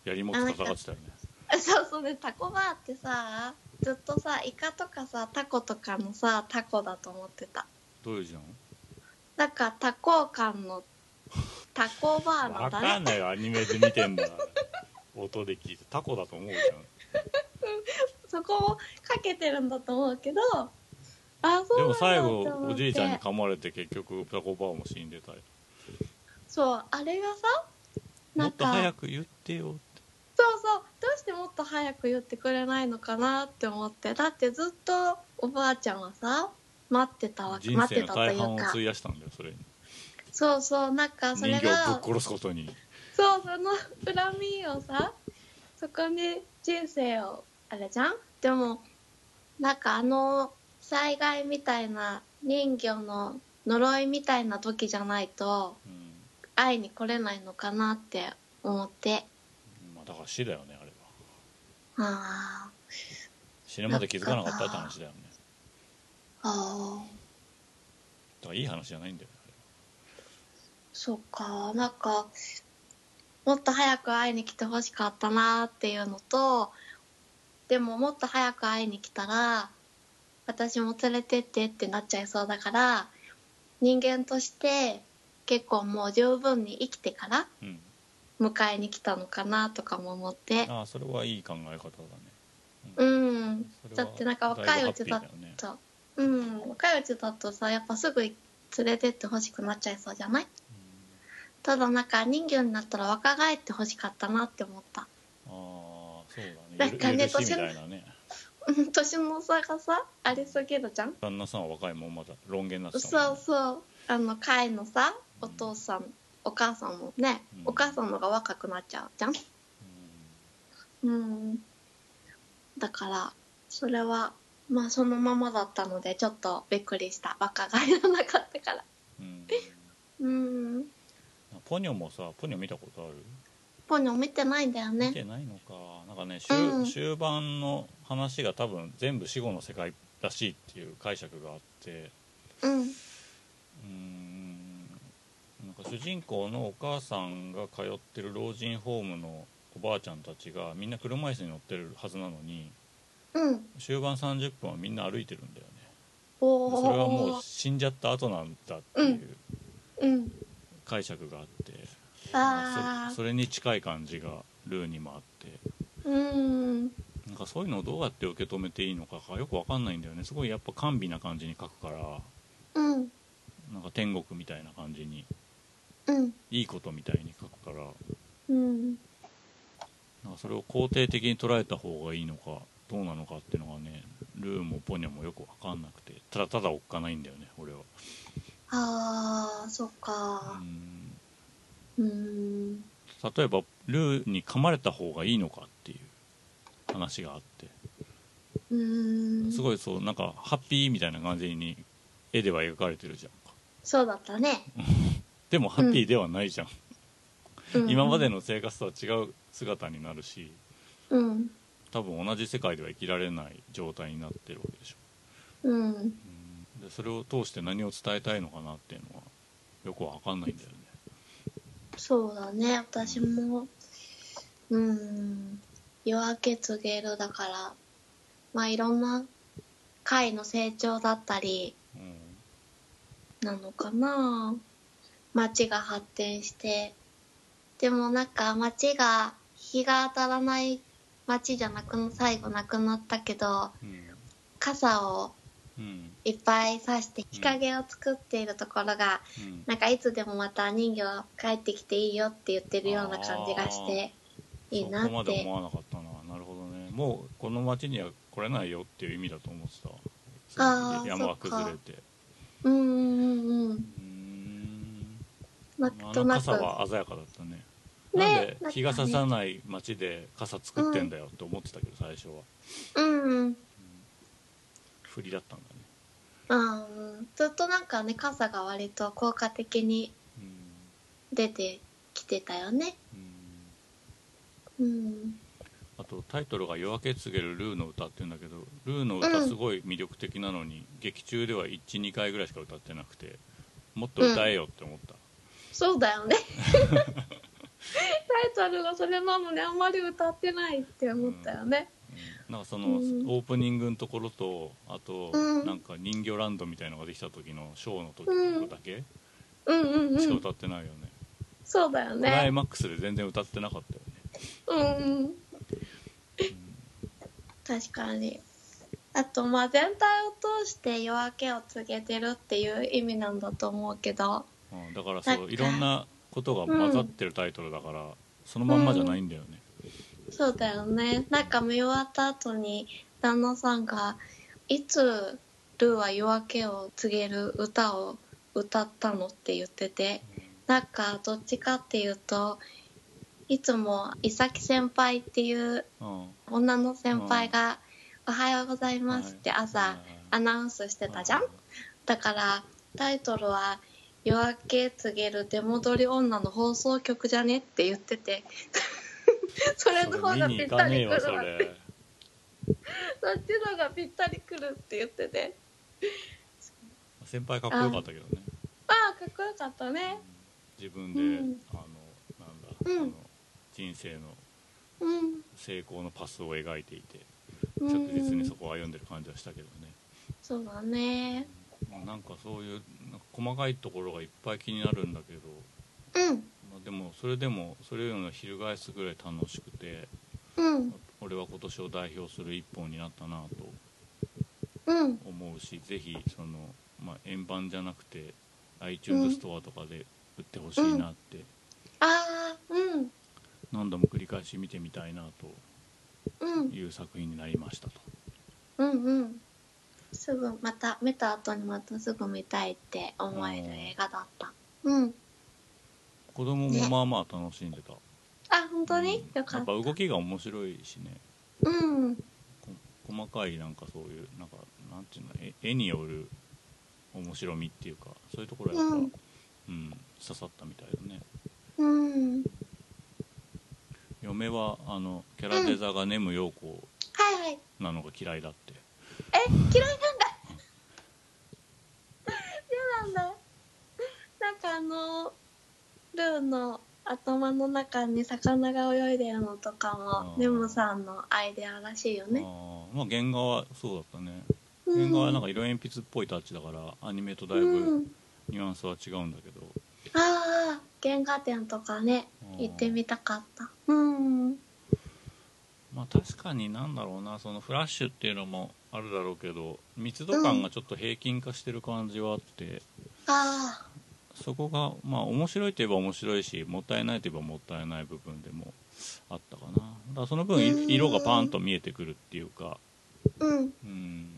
やりもつ戦ってたよ ね
そうそうねタコバーってさずっとさイカとかさタコとかのさタコだと思ってた
どういうじゃん
なんかタコ感のタコバーな
わ
んだね
かんないよアニメで見てんだ音で聞いてタコだと思うじゃん
そこをかけてるんだと思うけどあそう
で
なん
も
だ
最
っ
後
て思って
おじいちゃんに噛まれて結局タコバーも死んでたよ
そうあれがさな
も
ん
っと早
か
く言ってよって
そうそうどうしてもっと早く言ってくれないのかなって思ってだってずっとおばあちゃんはさ待ってたわけ
人
待っ
生
て
の
たと
大
い
半
う
を
か
費やしたんだよそれに
そうそうなんかそ
人
れ
形を
が
ぶっ殺すことに
そうその恨みをさそこに人生をあれじゃんでもなんかあの災害みたいな人魚の呪いみたいな時じゃないと
うん
会いに来れないのかなって思って
まあだから死だよねあれは
あ
死ぬまで気づかなかったって話だよね
ーあー
だからいい話じゃないんだよね
そっかなんかもっと早く会いに来てほしかったなっていうのとでももっと早く会いに来たら私も連れてってってなっちゃいそうだから人間として結構もう十分に生きてから
あれうん
迎えに来たのかなとかも思って
ああそれはいい考え方だね
うん
それは
だってなんか若いうちだ
いぶハッピーよね
とうん若いうちだとさやっぱすぐ連れてってほしくなっちゃいそうじゃないただなんか人魚になったら若返ってほしかったなって思った
うんああそうだね
なんかね
ゆる許しみたいなね
うん年の差がさありすぎるじゃん
旦那さんは若いもんまだ論言になってた
そ
もん
う
ね
そうあの会のさ
う
お
ん
父さんお母さんもね、
うん
お母さんの方が若くなっちゃうじゃんうんだからそれはまあそのままだったのでちょっとびっくりした若返らなかったから
うんうん
うん
ポニョもさポニョ見たことある
ポニョ見てないんだよ
見
ね
てないのかなんかね
うん
終終盤の話が多分全部死後の世界らしいっていう解釈があって
うん
うーんなんか主人公のお母さんが通ってる老人ホームのおばあちゃんたちがみんな車椅子に乗ってるはずなのに
うん
終盤30分はみんな歩いてるんだよね
おお
それはもう死んじゃった後なんだっていう
うん
解釈があって、ま
あ
あそ
あ
それに近い感じがルーにもあって
うん
なんかそういうのをどうやって受け止めていいのかがよくわかんないんだよねすごいやっぱ甘美な感じに書くから
うん
なんか天国みたいな感じに
うん
いいことみたいに書くから
うん
なんかそれを肯定的に捉えた方がいいのかどうなのかっていうのがねルーもポニョもよくわかんなくてただただおっかないんだよね俺は
ああそっ
う
か
ん
うん
例えばルーに噛まれた方がいいのかっていう話があって
うん
すごいそうなんかハッピーみたいな感じに絵では描かれてるじゃん
そうだった ね、
でもハッピーではないじゃん、
うん
今までの生活とは違う姿になるし
うん
多分同じ世界では生きられない状態になってるわけでしょ
うん
うんでそれを通して何を伝えたいのかなっていうのはよくわかんないんだよね
そうだね私もうん夜明け告げるだからまあいろんな回の成長だったり
う
なのかな街が発展してでもなんか街が日が当たらない街じゃなくな最後なくなったけど
んうん
傘を
うん
いっぱい刺して日陰を作っているところが、
うん
なんかいつでもまた人魚帰ってきていいよって言ってるような感じがしていいな
そこま
っ
で
て
思わなかったななるほどねもうこの町には来れないよっていう意味だと思ってた
あー
山は崩れて
うんうんうんうん
うーん
な
あ
んと
の
なく
傘は鮮やかだったね
ね
なんで
なんかね
日が差さない町で傘作ってんだよって思ってたけど最初は
うんうん
振りだったんだね
うんずっとなんかね傘が割と効果的に
うん
出てきてたよね
うん
うん
あとタイトルが「夜明け告げるルーの歌」って言うんだけどルーの歌すごい魅力的なのに、劇中では12回ぐらいしか歌ってなくてもっと歌えよって思った、
そうだよ ねタイトルがそれなのにあんまり歌ってないって思ったよね
うんなんかその、
うん
オープニングのところとあと、
うん
なんか人形ランドみたいのができた時のショーの時
うん
だけ
うんうんう
しか
ん
歌ってないよね、
そうだよ
クライ
ね
マックスで全然歌ってなかったよ
うんうん
ね、
確かにあとまあ全体を通して夜明けを告げてるっていう意味なんだと思うけど
うんうんだから
だ
そ
っ
う
て
いろんなことが混ざってるタイトルだから、そのまんまじゃないんだよね、
そうだよねなんか見終わった後に旦那さんが「いつルーは夜明けを告げる歌を歌ったのって言っててなんかどっちかっていうといつも伊崎先輩っていう
うん
女の先輩が「おはようございます」って朝アナウンスしてたじゃんだからタイトルは「夜明け告げる出戻り女の放送局じゃね?」って言ってて それの
そ
方
れ
が
見に
ぴっ
行か
た
ねえ
りく
わ
る
そ
わ
れ
そっちの方がぴったりくるって言ってて
先輩かっこよかったけどね
ああかっこよかったね
自分で、
うん
あのなんだ、
うん
あの人生の
うん
成功のパスを描いていて
う
着
ん
実にそこを歩んでる感じはしたけどね、
そうだね
まあ、なんかそういうなんか細かいところがいっぱい気になるんだけど、
うん
まあ、でもそれでもそれよりも翻すぐらい楽しくて
うん
俺は今年を代表する一本になったなと
うん
思うしぜひその、まあ、円盤じゃなくて iTunes ストアとかで売ってほしいなって、
ああうん
何度も繰り返し見てみたいな
うん
という作品になりましたと。
うんうんすぐまた見た後にまたすぐ見たいって思える映画だったうん
子供も
ね
まあまあ楽しんでた、
あ本当に
うん
よかった
やっぱ動きが面白いしね
うん
こ細かいなんかそういうなんかなんていうの絵絵による面白みっていうかそういうところはやっぱ、
う
うんん刺さったみたいだね
うん
嫁はあのキャラデザがネム陽子
はいはい
なのが嫌いだって、
え嫌いなんだ嫌なんだなんかあのルーの頭の中に魚が泳いでるのとかも
うん
ネムさんのアイデアらしいよ
あ
ね
ーまあ原画はそうだったね
う
原
ん
画はなんか色鉛筆っぽいタッチだからアニメとだいうぶ
ん
ニュアンスは違うんだけど、
ああ原画展とかね
うん
行ってみたかったうん
まあ確かになんだろうなそのフラッシュっていうのもあるだろうけど密度感がちょっと平均化してる感じはあって、
あ
そこがまあ面白いといえば面白いしもったいないといえばもったいない部分でもあったかなだからその分
うん
い色がパーンと見えてくるっていうか
あうん
うん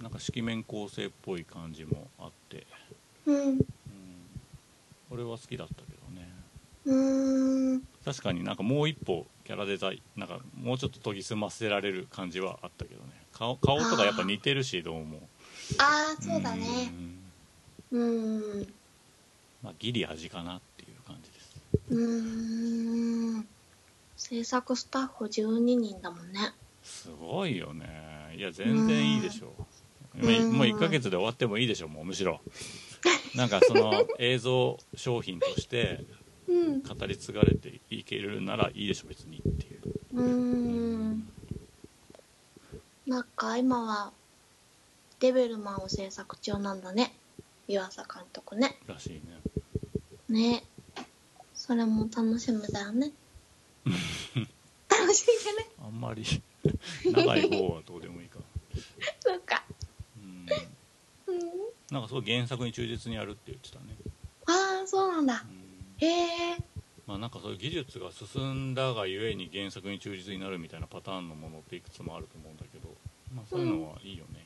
なんか色面構成っぽい感じもあって
うん
うん俺は好きだったけどね
うーん
確かになんかもう一歩キャラデザインなんかもうちょっと研ぎ澄ませられる感じはあったけどね顔顔とかやっぱ似てるしどうも
ああそうだね
ん
うん
まあギリ味かなっていう感じです
うーん制作スタッフ12人だもんね
すごいよねいや全然いいでしょ
う
も
ん
うもう1ヶ月で終わってもいいでしょもうむしろなんか その映像商品として
うん
語り継がれていけるならいいでしょ別にっていう
うーんなんか今はデベルマンを制作中なんだね湯浅監督ね
らしいね
ねそれも楽しみだよね楽しみだね
あんまり 長い方はどうでもいいか
そうか
うん
うん
なんかすごい原作に忠実にやるって言ってたね
ああそうなんだ
うん
へえ
まあなんかそういう技術が進んだがゆえに原作に忠実になるみたいなパターンのものっていくつもあると思うんだけどまあそういうのはいいよね、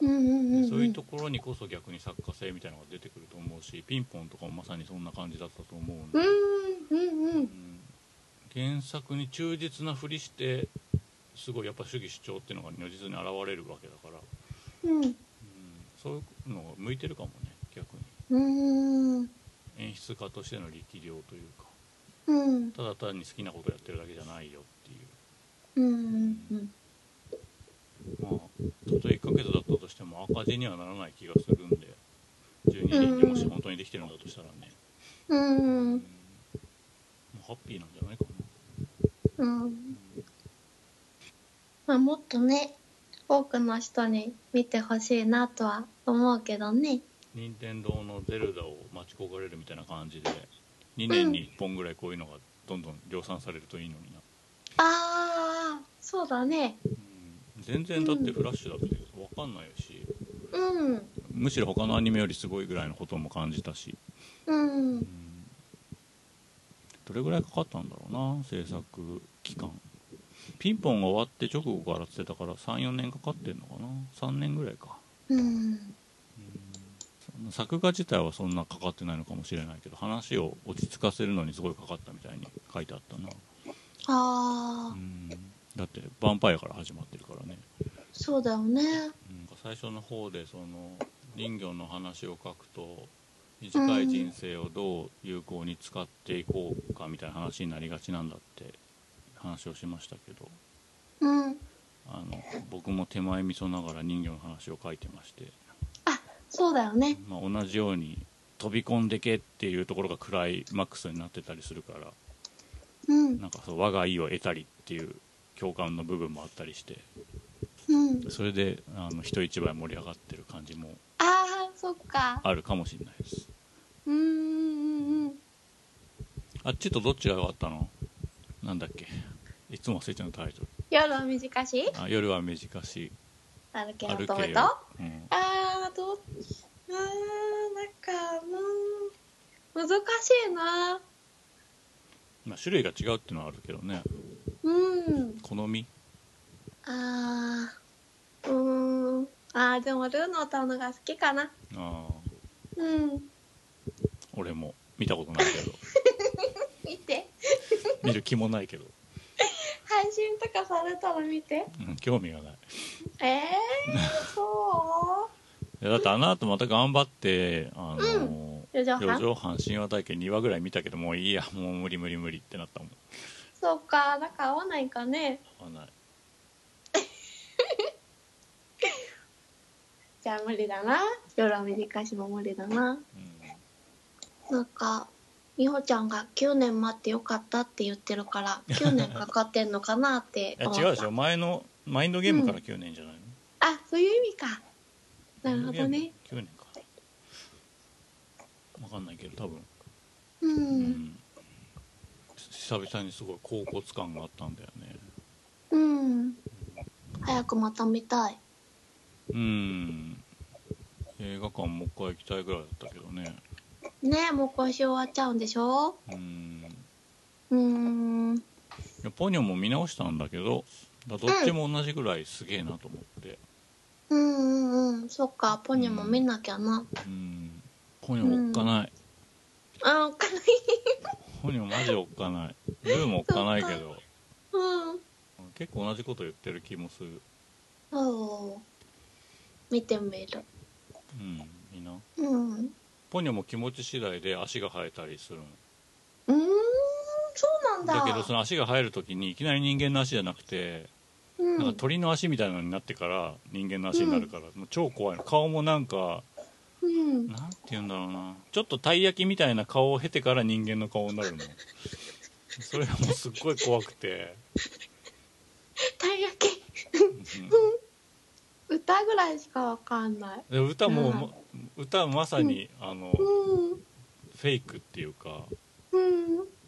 うんうんうん、うん、
そういうところにこそ逆に作家性みたいなのが出てくると思うしピンポンとかもまさにそんな感じだったと思うん
う
で、
んうんう
うんん原作に忠実なふりしてすごいやっぱ主義主張っていうのが如実に現れるわけだから、う
うん
ん、そういうのが向いてるかもね逆に
うん
演出家としての力量というか
うん
ただ単に好きなことやってるだけじゃないよっていう
うんうん
まあたとえ1ヶ月だったとしても赤字にはならない気がするんで12人にもし本当にできてるんだとしたらね、
うんうん
もうハッピーなんじゃないかな、
うんまあもっとね多くの人に見てほしいなとは思うけどね
任天堂の「ゼルダ」を待ち焦がれるみたいな感じで2年に1本ぐらいこういうのがどんどん量産されるといいのにな、
ああそうだね
うん全然だってフラッシュだって分かんないし
うん
むしろ他のアニメよりすごいぐらいのことも感じたし、
う
うんんどれぐらいかかったんだろうな制作期間ピンポンが終わって直後からって言ってたから34年かかってんのかな3年ぐらいか
うん
うん作画自体はそんなかかってないのかもしれないけど話を落ち着かせるのにすごいかかったみたいに書いてあったな、
あ
う
あ
ん、だってヴァンパイアから始まってるからね、
そうだよね
うん、最初の方でその林業の話を書くと短い人生をどう有効に使っていこうかみたいな話になりがちなんだって話をしましたけど
うん
あの僕も手前味噌ながら人魚の話を書いてまして、
そうだよね
まあ、同じように飛び込んでけっていうところがクライマックスになってたりするから
うん
なんかそう我が意を得たりっていう共感の部分もあったりして
うん
それであの人一倍盛り上がってる感じも
ああそっか
あるかもしれないです
うんうんうん
あっちとどっちが良かったのなんだっけいつも忘れちゃうタイトル
夜は短し
あ夜は短し
歩けよ
歩
と
け
め
よ
とあ、
うん、
あーどうあーなんかうん難しいな
まあ種類が違うっていうのはあるけどね
うん
好み
あーうーんあーでもルーの歌うのが好きかな
ああ
うん
俺も見たことないけど
見て
見る気もないけど、
配信とかされたら見て
うん、興味がない
ええ ー、そ
いやだってあの後また頑張ってあのー
う四畳
四
半
畳半神話体験2話ぐらい見たけどもういいやもう無理無理無理ってなったもん
そうかだから合わないかね
合わない
じゃあ無理だな夜は短しも無理だな
う
なんか、みほちゃんが9年待ってよかったって言ってる から、9年かかってんのかなって思
ん
っ
い
た。
や違うでしょ前のマインドゲームから9年じゃないの、
あそういう意味かなるほどね
9年か分かんないけど多分、
う
うん久々にすごい恍惚感があったんだよね
うん。早くまた見たい。
うん映画館もう一回行きたいぐらいだったけどね
ねえ、もう今週終わっちゃうんでしょ
うん
うーん。
いやポニョも見直したんだけどだどっちも同じぐらいすげえなと思って、
うんうんうん。そっか、ポニョも見なきゃな。
うん、ポニョおっかない、
あ、おかない。
ポニョマジおっかないルーもおっかないけど
うん。
結構同じこと言ってる気もする
そう。見てみる。
うんみんな
うん。
ポニョも気持ち次第で足が生えたりするの
うーん、そうなんだ。
だけどその足が生える時にいきなり人間の足じゃなくて、
うん、
なんか鳥の足みたいなのになってから人間の足になるから、もう超怖いの顔もなんか
うん。
なんて言うんだろうなちょっとたい焼きみたいな顔を経てから人間の顔になるのそれがもうすっごい怖くて、
たい焼き歌ぐらいしかわかんない
うんで歌も、ま歌はまさに、あのフ
うん
ェイクっていうか
うん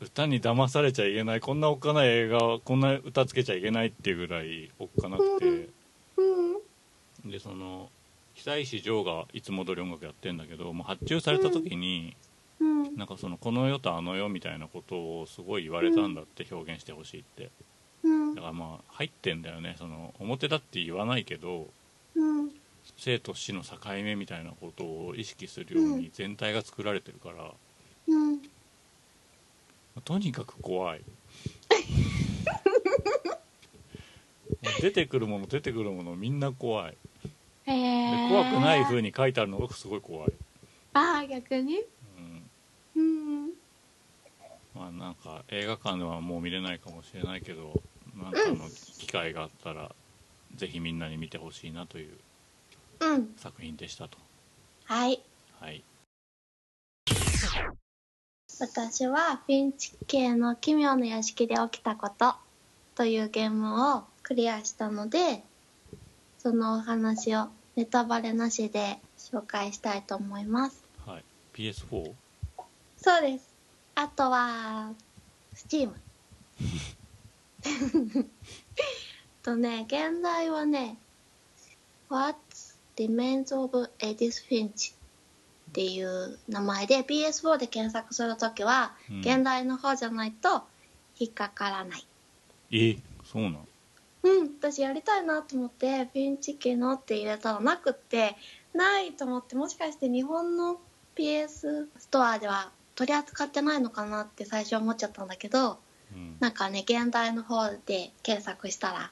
歌に騙されちゃいけないこんなおっかない映画はこんな歌つけちゃいけないっていうぐらいおっかなくて、
うん
でその久石譲がいつも通り音楽やってんだけどもう発注された時に、
うん
なんかそのこの世とあの世みたいなことをすごい言われたんだって表現してほしいって
うん
だからまあ入ってんだよねその表だって言わないけど
うん
生と死の境目みたいなことを意識するように全体が作られてるから、
うん
とにかく 怖い出てくるもの出てくるものみんな怖い
へ
で
え
怖くない風に書いてあるのがすごい怖い、
ああ逆に
う
う
ん
ん
まあ、なんか映画館ではもう見れないかもしれないけどなんかあの機会があったらぜひみんなに見てほしいなという
うん
作品でしたと
はい
はい
私はフィンチ系の奇妙な屋敷で起きたことというゲームをクリアしたのでそのお話をネタバレなしで紹介したいと思います
はい PS4?
そうですあとは Steam とね現在はね「What Remains of Edith Finch」っていう名前で PS4 で検索するときは
うん
現代の方じゃないと引っかからない。
えそうなん
ううん私やりたいなと思ってピンチ系のって入れたらなくってないと思ってもしかして日本の PS ストアでは取り扱ってないのかなって最初思っちゃったんだけど
うん
なんかね現代の方で検索したら
へ
あっ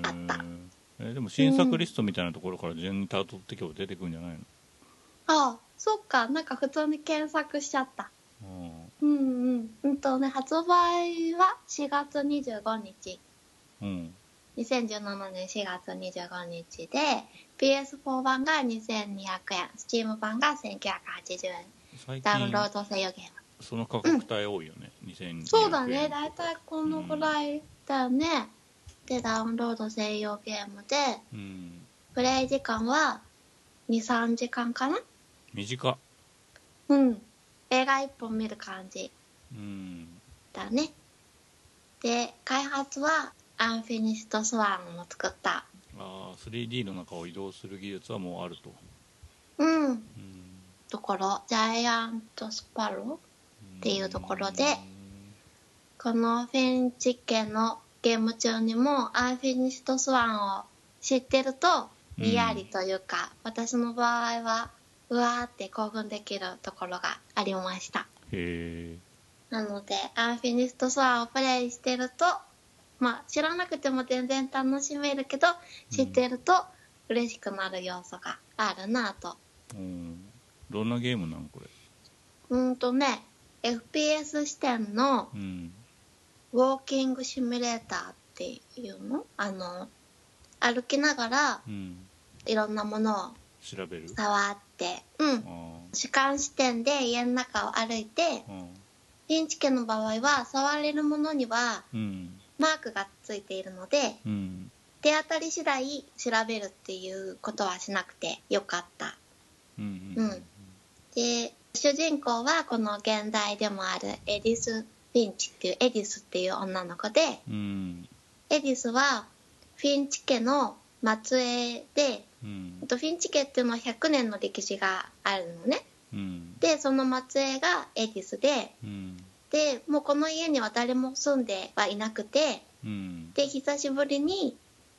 た
ーえでも新作リストみたいなところから順にたどって今日出てくるんじゃないの
ああそっかなんか普通に検索しちゃった
あ
うんうんうんとね発売は4月25日
あうん
2017年4月25日で PS4 版が2200円 Steam 版が1980円
最
ダウ
近
ンロード制御ゲーム
その価格帯多いよね、2000円
そうだね大体このぐらいだよね、でダウンロード専用ゲームで
うん
プレイ時間は23時間かな
短っ
うん映画1本見る感じ
うん
だねで開発はアンフィニッドスワンを作った
ああ 3D の中を移動する技術はもうあると、
うん
うん
ところジャイアントスパローていうところでこのフィンチ家のゲーム中にもアンフィニッドスワンを知ってるとにやりというか、私の場合はうわーって興奮できるところがありました
へえ
なのでアンフィニッドスワンをプレイしてるとまあ知らなくても全然楽しめるけど知ってると嬉しくなる要素があるなぁと
うんどんなゲームなのこれ
うーんとね FPS 視点の
うん
ウォーキングシミュレーターっていうのあの歩きながら
うん
いろんなものを
調べるあ
触ってうん
あ
主観視点で家の中を歩いて
うん
ピンチ家の場合は触れるものには
うん
マークがついているので
うん
手当たり次第調べるっていうことはしなくてよかった
うん
うんで主人公はこの現代でもあるエディス・フィンチっていうエディスっていう女の子で
うん
エディスはフィンチ家の末裔で
うん
あとフィンチ家っていうのは100年の歴史があるのね
うん
でその末裔がエディスで
うん
でもうこの家には誰も住んではいなくて
うん
で久しぶりに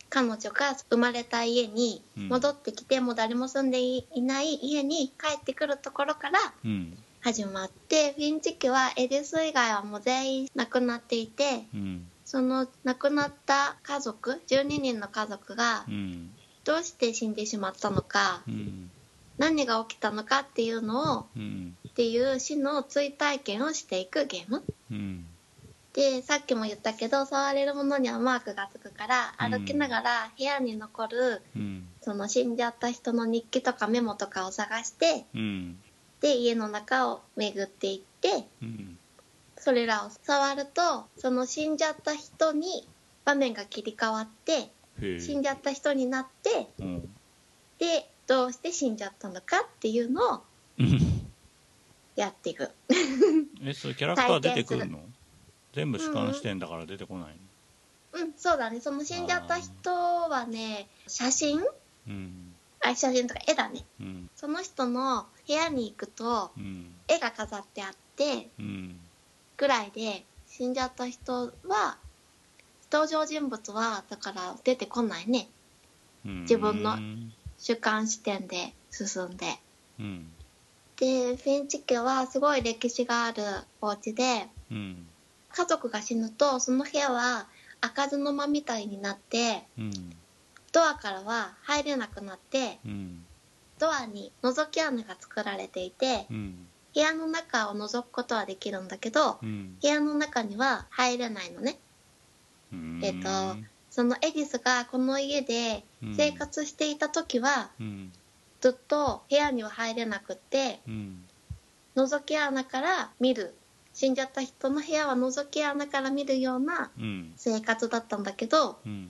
彼女が生まれた家に戻ってきて、もう誰も住んでいない家に帰ってくるところから
うん
始まってフィンチ家はエディス以外はもう全員亡くなっていて
うん
その亡くなった家族12人の家族が
うん
どうして死んでしまったのか
うん
何が起きたのかっていうのを
うん
っていう死の追体験をしていくゲーム
うん
でさっきも言ったけど触れるものにはマークがつくから
うん
歩きながら部屋に残る
うん
その死んじゃった人の日記とかメモとかを探して
うん
で家の中を巡っていって
うん
それらを触るとその死んじゃった人に場面が切り替わって
へえ
死んじゃった人になって
うん
でどうして死んじゃったのかっていうのを
うん
やっていく
えそれキャラクター出てくるの全部主観視点だから出てこない
う
の
んそうだねその死んじゃった人はね写真
うん
あ写真とか絵だね
うん
その人の部屋に行くと
うん
絵が飾ってあって
うん
ぐらいで死んじゃった人は登場人物はだから出てこないね
うん
自分の
うん
主観視点で進んで
うん
でフィンチ家はすごい歴史があるお家で
うん
家族が死ぬとその部屋は開かずの間みたいになって
うん
ドアからは入れなくなって
うん
ドアに覗き穴が作られていて
うん
部屋の中を覗くことはできるんだけど
うん
部屋の中には入れないのね
うん
えっとそのエディスがこの家で生活していた時は
うん
ずっと部屋には入れなくって
うん
覗き穴から見る死んじゃった人の部屋は覗き穴から見るような
うん
生活だったんだけど
うん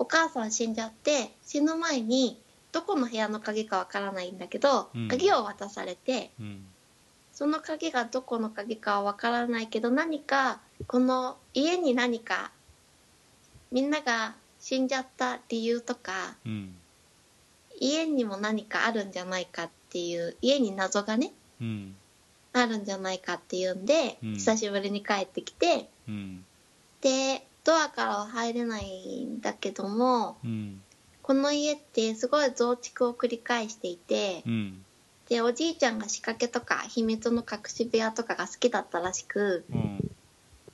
お母さん死んじゃって死ぬ前にどこの部屋の鍵かわからないんだけど
うん
鍵を渡されて
うん
その鍵がどこの鍵かはわからないけど何かこの家に何かみんなが死んじゃった理由とか
うん
家にも何かあるんじゃないかっていう家に謎がね
うん
あるんじゃないかっていうんで、
うん
久しぶりに帰ってきて
うん
でドアからは入れないんだけども
うん
この家ってすごい増築を繰り返していて
うん
でおじいちゃんが仕掛けとか秘密の隠し部屋とかが好きだったらしく
うん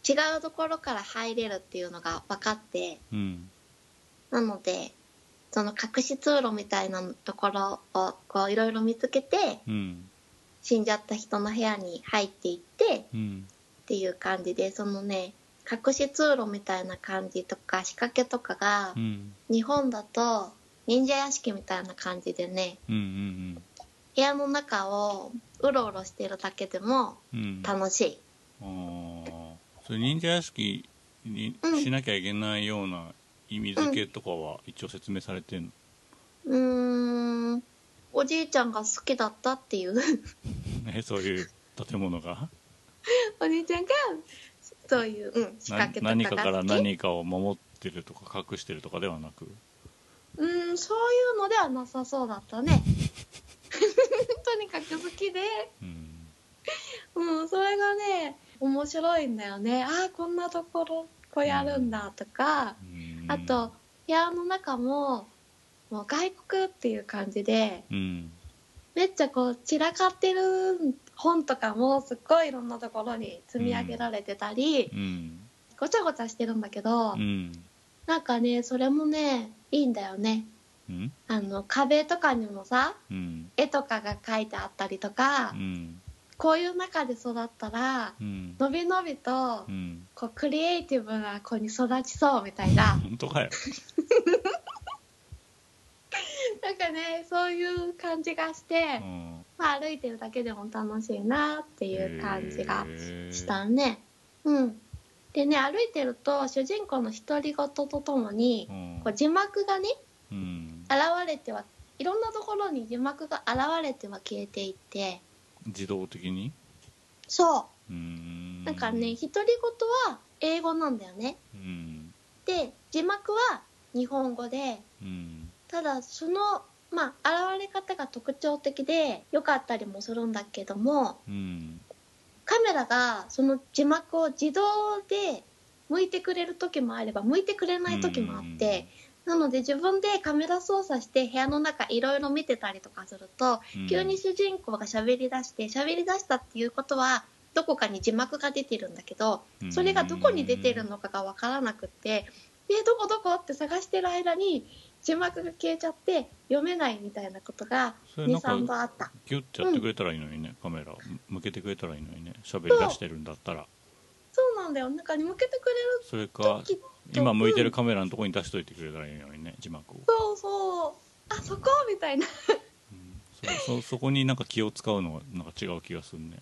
違うところから入れるっていうのが分かって
うん
なのでその隠し通路みたいなところをこういろいろ見つけて
うん
死んじゃった人の部屋に入っていって
うん
っていう感じでそのね隠し通路みたいな感じとか仕掛けとかが
うん
日本だと忍者屋敷みたいな感じでね
うんうん
部屋の中をうろうろしてるだけでも
うん
楽しい、
あーそれ忍者屋敷に
うん
しなきゃいけないような意味付けとかは一応説明されてんの、
うーんおじいちゃんが好きだったっていう
ね そういう建物が
おじいちゃんがそういう、うん、仕
な
掛けとかが好き
何かから何かを守ってるとか隠してるとかではなく
うーんそういうのではなさそうだったね とにかく好きで
うん
うん、それがね面白いんだよねああこんなところこうやるんだとか、
うん
あと部屋の中ももう外国っていう感じで
うん
めっちゃこう散らかってる本とかもすっごいいろんなところに積み上げられてたり、
うん
ごちゃごちゃしてるんだけど、
うん
なんかねそれもねいいんだよね
うん
あの壁とかにもさ
うん
絵とかが描いてあったりとか、
うん
こういう中で育ったら
うん
のびのびと
うん
こうクリエイティブな子に育ちそうみたいな
本当かよ
なんかねそういう感じがして、
うん
まあ、歩いてるだけでも楽しいなっていう感じが
へー
したね。うん、でね歩いてると主人公の独り言とともに
うん
こう字幕がね
うん
現れてはいろんなところに字幕が現れては消えていて
自動的に
そううんなんかね独り言は英語なんだよね。
うん
で字幕は日本語で
うん
ただそのまあ現れ方が特徴的で良かったりもするんだけども
うん
カメラがその字幕を自動で向いてくれる時もあれば向いてくれない時もあって、なので自分でカメラ操作して部屋の中いろいろ見てたりとかすると
うん
急に主人公が喋り出して喋り出したっていうことはどこかに字幕が出てるんだけどそれがどこに出てるのかが分からなくってでどこどこって探してる間に字幕が消えちゃって読めないみたいなことが
それなんか
23度あった
ギュッてやってくれたらいいのにね、カメラ向けてくれたらいいのにね喋り出してるんだったら
そうなんだよなんか向けてくれる
それか
時
今向いてるカメラのとこに出しといてくれたらいいのにね字幕を、
そうそうあそこみたいな
うんそそそこになんか気を使うのはなんか違う気がするね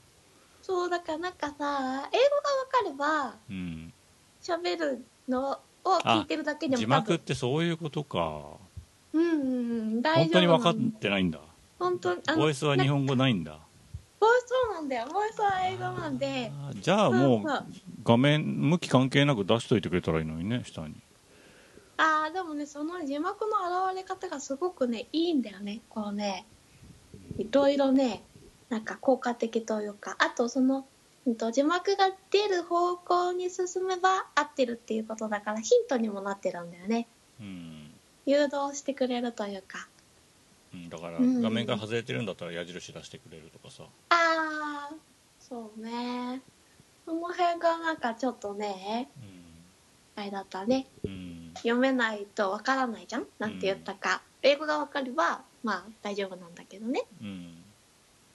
そうだからなんかさ英語が分かれば
うん
喋るのを聞いてるだけでも
字幕ってそういうことか
多分うんうんうん大
本当に
丈夫
分かってないんだ
本当にあの
ボイスは日本語ないんだ
ボイスそうなんだよボイスは英語なんで
あーじゃあもう
そうそう
画面向き関係なく出しといてくれたらいいのにね下に
あーでもねその字幕の現れ方がすごくねいいんだよねこうねいろいろねなんか効果的というかあとその、うん、と字幕が出る方向に進めば合ってるっていうことだからヒントにもなってるんだよね
うん、
誘導してくれるというか
うん、だから
うん
画面から外れてるんだったら矢印出してくれるとかさ
あーそうねその辺がなんかちょっとねあれだったね
うん、うん、
読めないとわからないじゃんなんて言ったか、英語がわかればまあ大丈夫なんだけどね
うん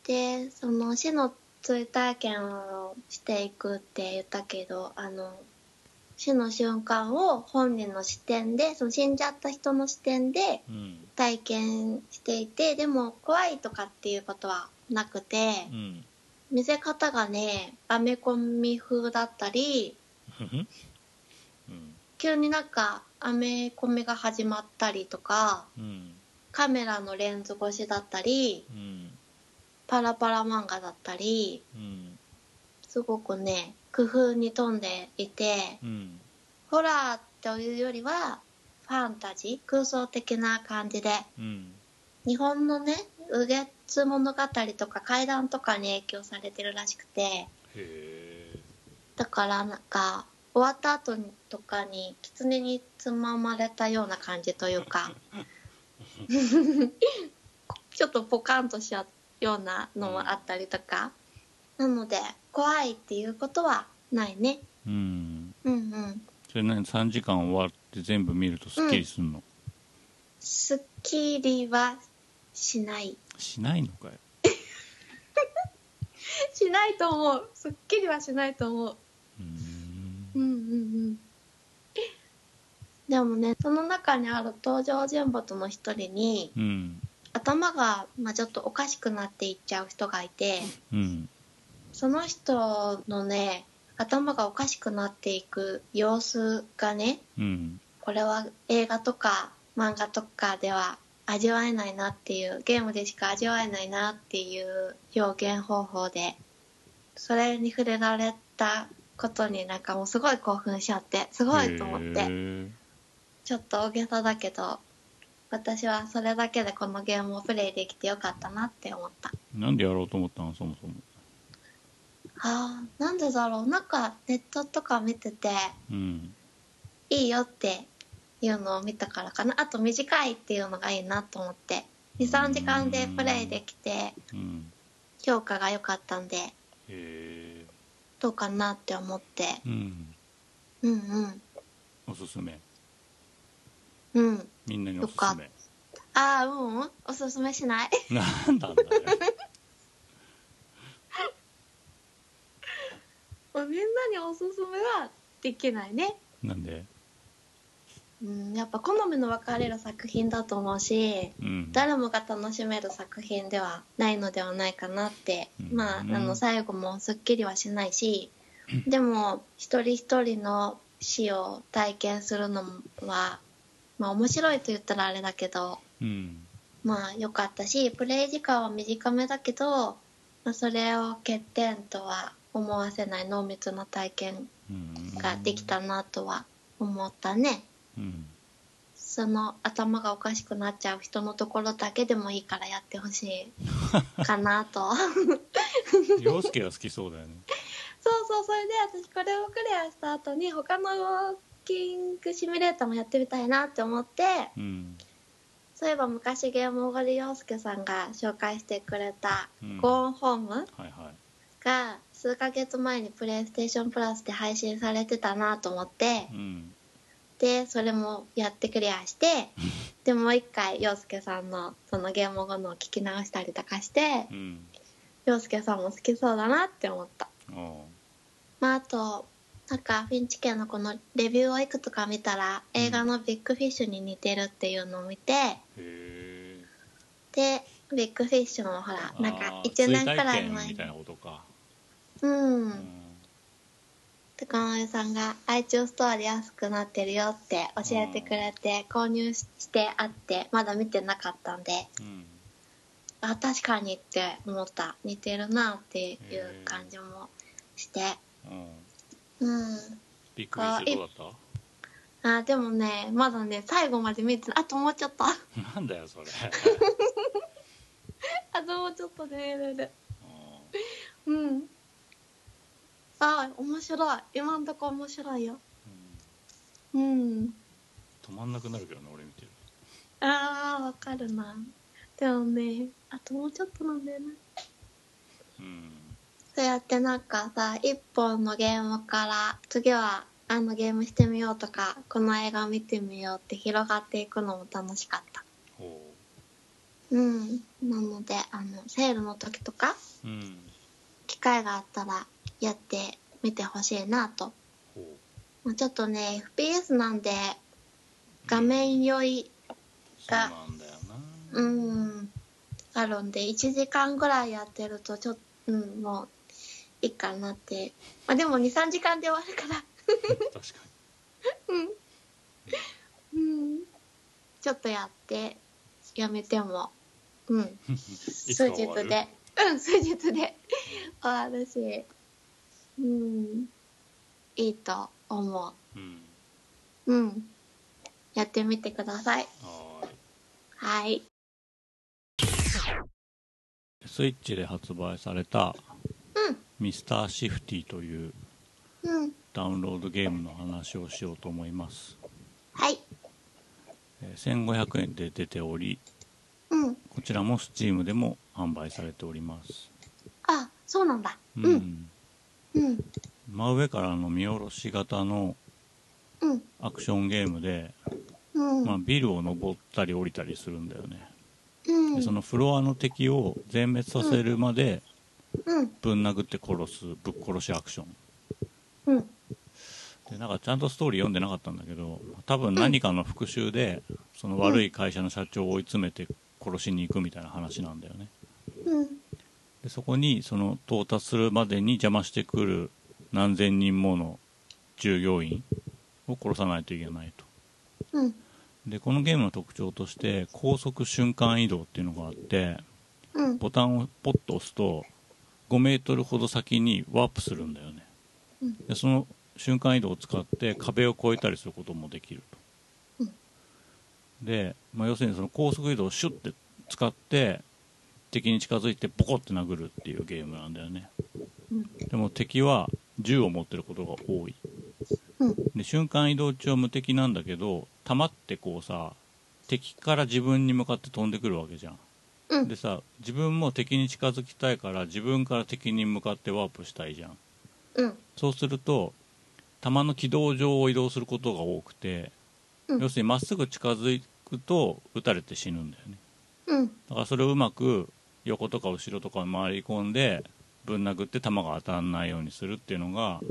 でその死の追体験をしていくって言ったけどあの死の瞬間を本人の視点でその死んじゃった人の視点で
うん
体験していてでも怖いとかっていうことはなくて
うん
見せ方がねアメコミ風だったり
うん
急になんかアメコミが始まったりとか
うん
カメラのレンズ越しだったり
うん
パラパラ漫画だったり
うん
すごくね工夫に富んでいて
うん
ホラーというよりはファンタジー空想的な感じで
うん
日本のね「うげつ物語」とか怪談とかに影響されてるらしくて
へえ
だからなんか終わった後にとかに狐につままれたような感じというか ちょっとポカンとしちゃうようなのもあったりとか、なので怖いっていうことはないね
うん
うんうん
それ何3時間終わって全部見るとすっきりすんの、
すっきりはしない
しないのかよ
しないと思うすっきりはしないと思う
うー
うん
ん
うんうんでもねその中にある登場人物の一人に
うん
頭が、まあ、ちょっとおかしくなっていっちゃう人がいて
うん
その人のね頭がおかしくなっていく様子がね
うん
これは映画とか漫画とかでは味わえないなっていうゲームでしか味わえないなっていう表現方法でそれに触れられたことになんかもうすごい興奮しちゃってすごいと思っ
へ
て
ー
ちょっと大げさだけど私はそれだけでこのゲームをプレイできてよかったなって思った
なんでやろうと思ったのそもそも
あーなんでだろうなんかネットとか見てて
うん
いいよっていうのを見たからかなあと短いっていうのがいいなと思って23時間でプレイできて
うん
評価が良かったんで
へえ
どうかなって思って
うん
うんうん
おすすめ
うん
みんなにおす
よか
す
っ
め
ああうんうんおすすめしない
なんだんだよ
みんなにおすすめはできないね
なんで
うんやっぱ好みの分かれる作品だと思うし
うん
誰もが楽しめる作品ではないのではないかなって、
うん
まああの最後もすっきりはしない しでも一人一人の死を体験するのは、まあ、面白いと言ったらあれだけど
うん
まあ良かったしプレイ時間は短めだけど、まあ、それを欠点とは思わせない濃密な体験
うん
ができたなとは思ったね。
うん
その頭がおかしくなっちゃう人のところだけでもいいからやってほしいかなとそう
洋介が好きそうだよね
そうそれで私これをクリアした後に他のウォーキングシミュレーターもやってみたいなって思って
うん
そういえば昔ゲームオゴリ陽介さんが紹介してくれた
うん
「ゴーンホーム
はいはい」
が数ヶ月前にプレイステーションプラスで配信されてたなと思って
うん
でそれもやってクリアしてでもう一回陽介さんのそのゲーム後のを聞き直したりとかして
うん
陽介さんも好きそうだなって思った
あ
まああとなんかフィンチ家のこのレビューをいくつか見たら映画のビッグフィッシュに似てるっていうのを見て
ーへえ
でビッグフィッシュもほらなんか
あー
1年くらい
追体験
前
みたい
に
なことか
うん
うん
高森さんが iTunes ストアで安くなってるよって教えてくれて購入してあってまだ見てなかったんで
うん
あ確かにって思った似てるなっていう感じもして
うん
うん
ビッグフィッシュどうだっ
あでもねまだね最後まで見て ないあともうちょっと
たなんだ よそれ
あともうちょっとで見れる
うん
うんあ面白い今んとこ面白いよ
うん
うん
止まんなくなるけどね俺見てる
あーわかるなでもねあともうちょっとなんだよな
うん
そうやってなんかさ一本のゲームから次はあのゲームしてみようとかこの映画見てみようって広がっていくのも楽しかった
ほ
うんなのであのセールの時とか
ううん
機会があったらやってみてほしいなと
ほ
まあちょっとね FPS なんで画面酔いう
そう
が
なんだよな
うんあるんで1時間ぐらいやってるとちょっと、うん、もういいかなって、まあ、でも23時間で終わるから
確か
うんちょっとやってやめてもうん
に いつ
数
か
日
終わる
でうん数日で終わるしうんいいと思
うん
ううんやってみてください
はーい
はい
スイッチで発売された
うん
ミスターシフティという
うん
ダウンロードゲームの話をしようと思います、
はい。
えー1500円で出ており
うん。
こちらも Steam でも販売されております
あ、そうなんだ。
う
うん。うん。
真上からの見下ろし型の
うん。
アクションゲームで、
うん。
まあ、ビルを登ったり降りたりするんだよね、
うん。
でそのフロアの敵を全滅させるまで
うん。
ぶん殴って殺すぶっ殺しアクション
うん。
でなんかちゃんとストーリー読んでなかったんだけど多分何かの復讐でその悪い会社の社長を追い詰めて殺しに行くみたいな話なんだよね
うん。
でそこにその到達するまでに邪魔してくる何千人もの従業員を殺さないといけないと
うん。
でこのゲームの特徴として高速瞬間移動っていうのがあって
うん。
ボタンをポッと押すと5メートルほど先にワープするんだよね、
うん
でその瞬間移動を使って壁を越えたりすることもできると、で、まあ、要するにその高速移動をシュッて使って敵に近づいてボコって殴るっていうゲームなんだよね、
うん
でも敵は銃を持ってることが多い、
うん
で瞬間移動中は無敵なんだけど弾ってこうさ敵から自分に向かって飛んでくるわけじゃん
うん
でさ自分も敵に近づきたいから自分から敵に向かってワープしたいじゃん
うん。
そうすると弾の軌道上を移動することが多くて、
うん
要するにまっすぐ近づくと撃たれて死ぬんだよね
うん。
だからそれをうまく横とか後ろとか回り込んでぶん殴って弾が当たんないようにするっていうのが、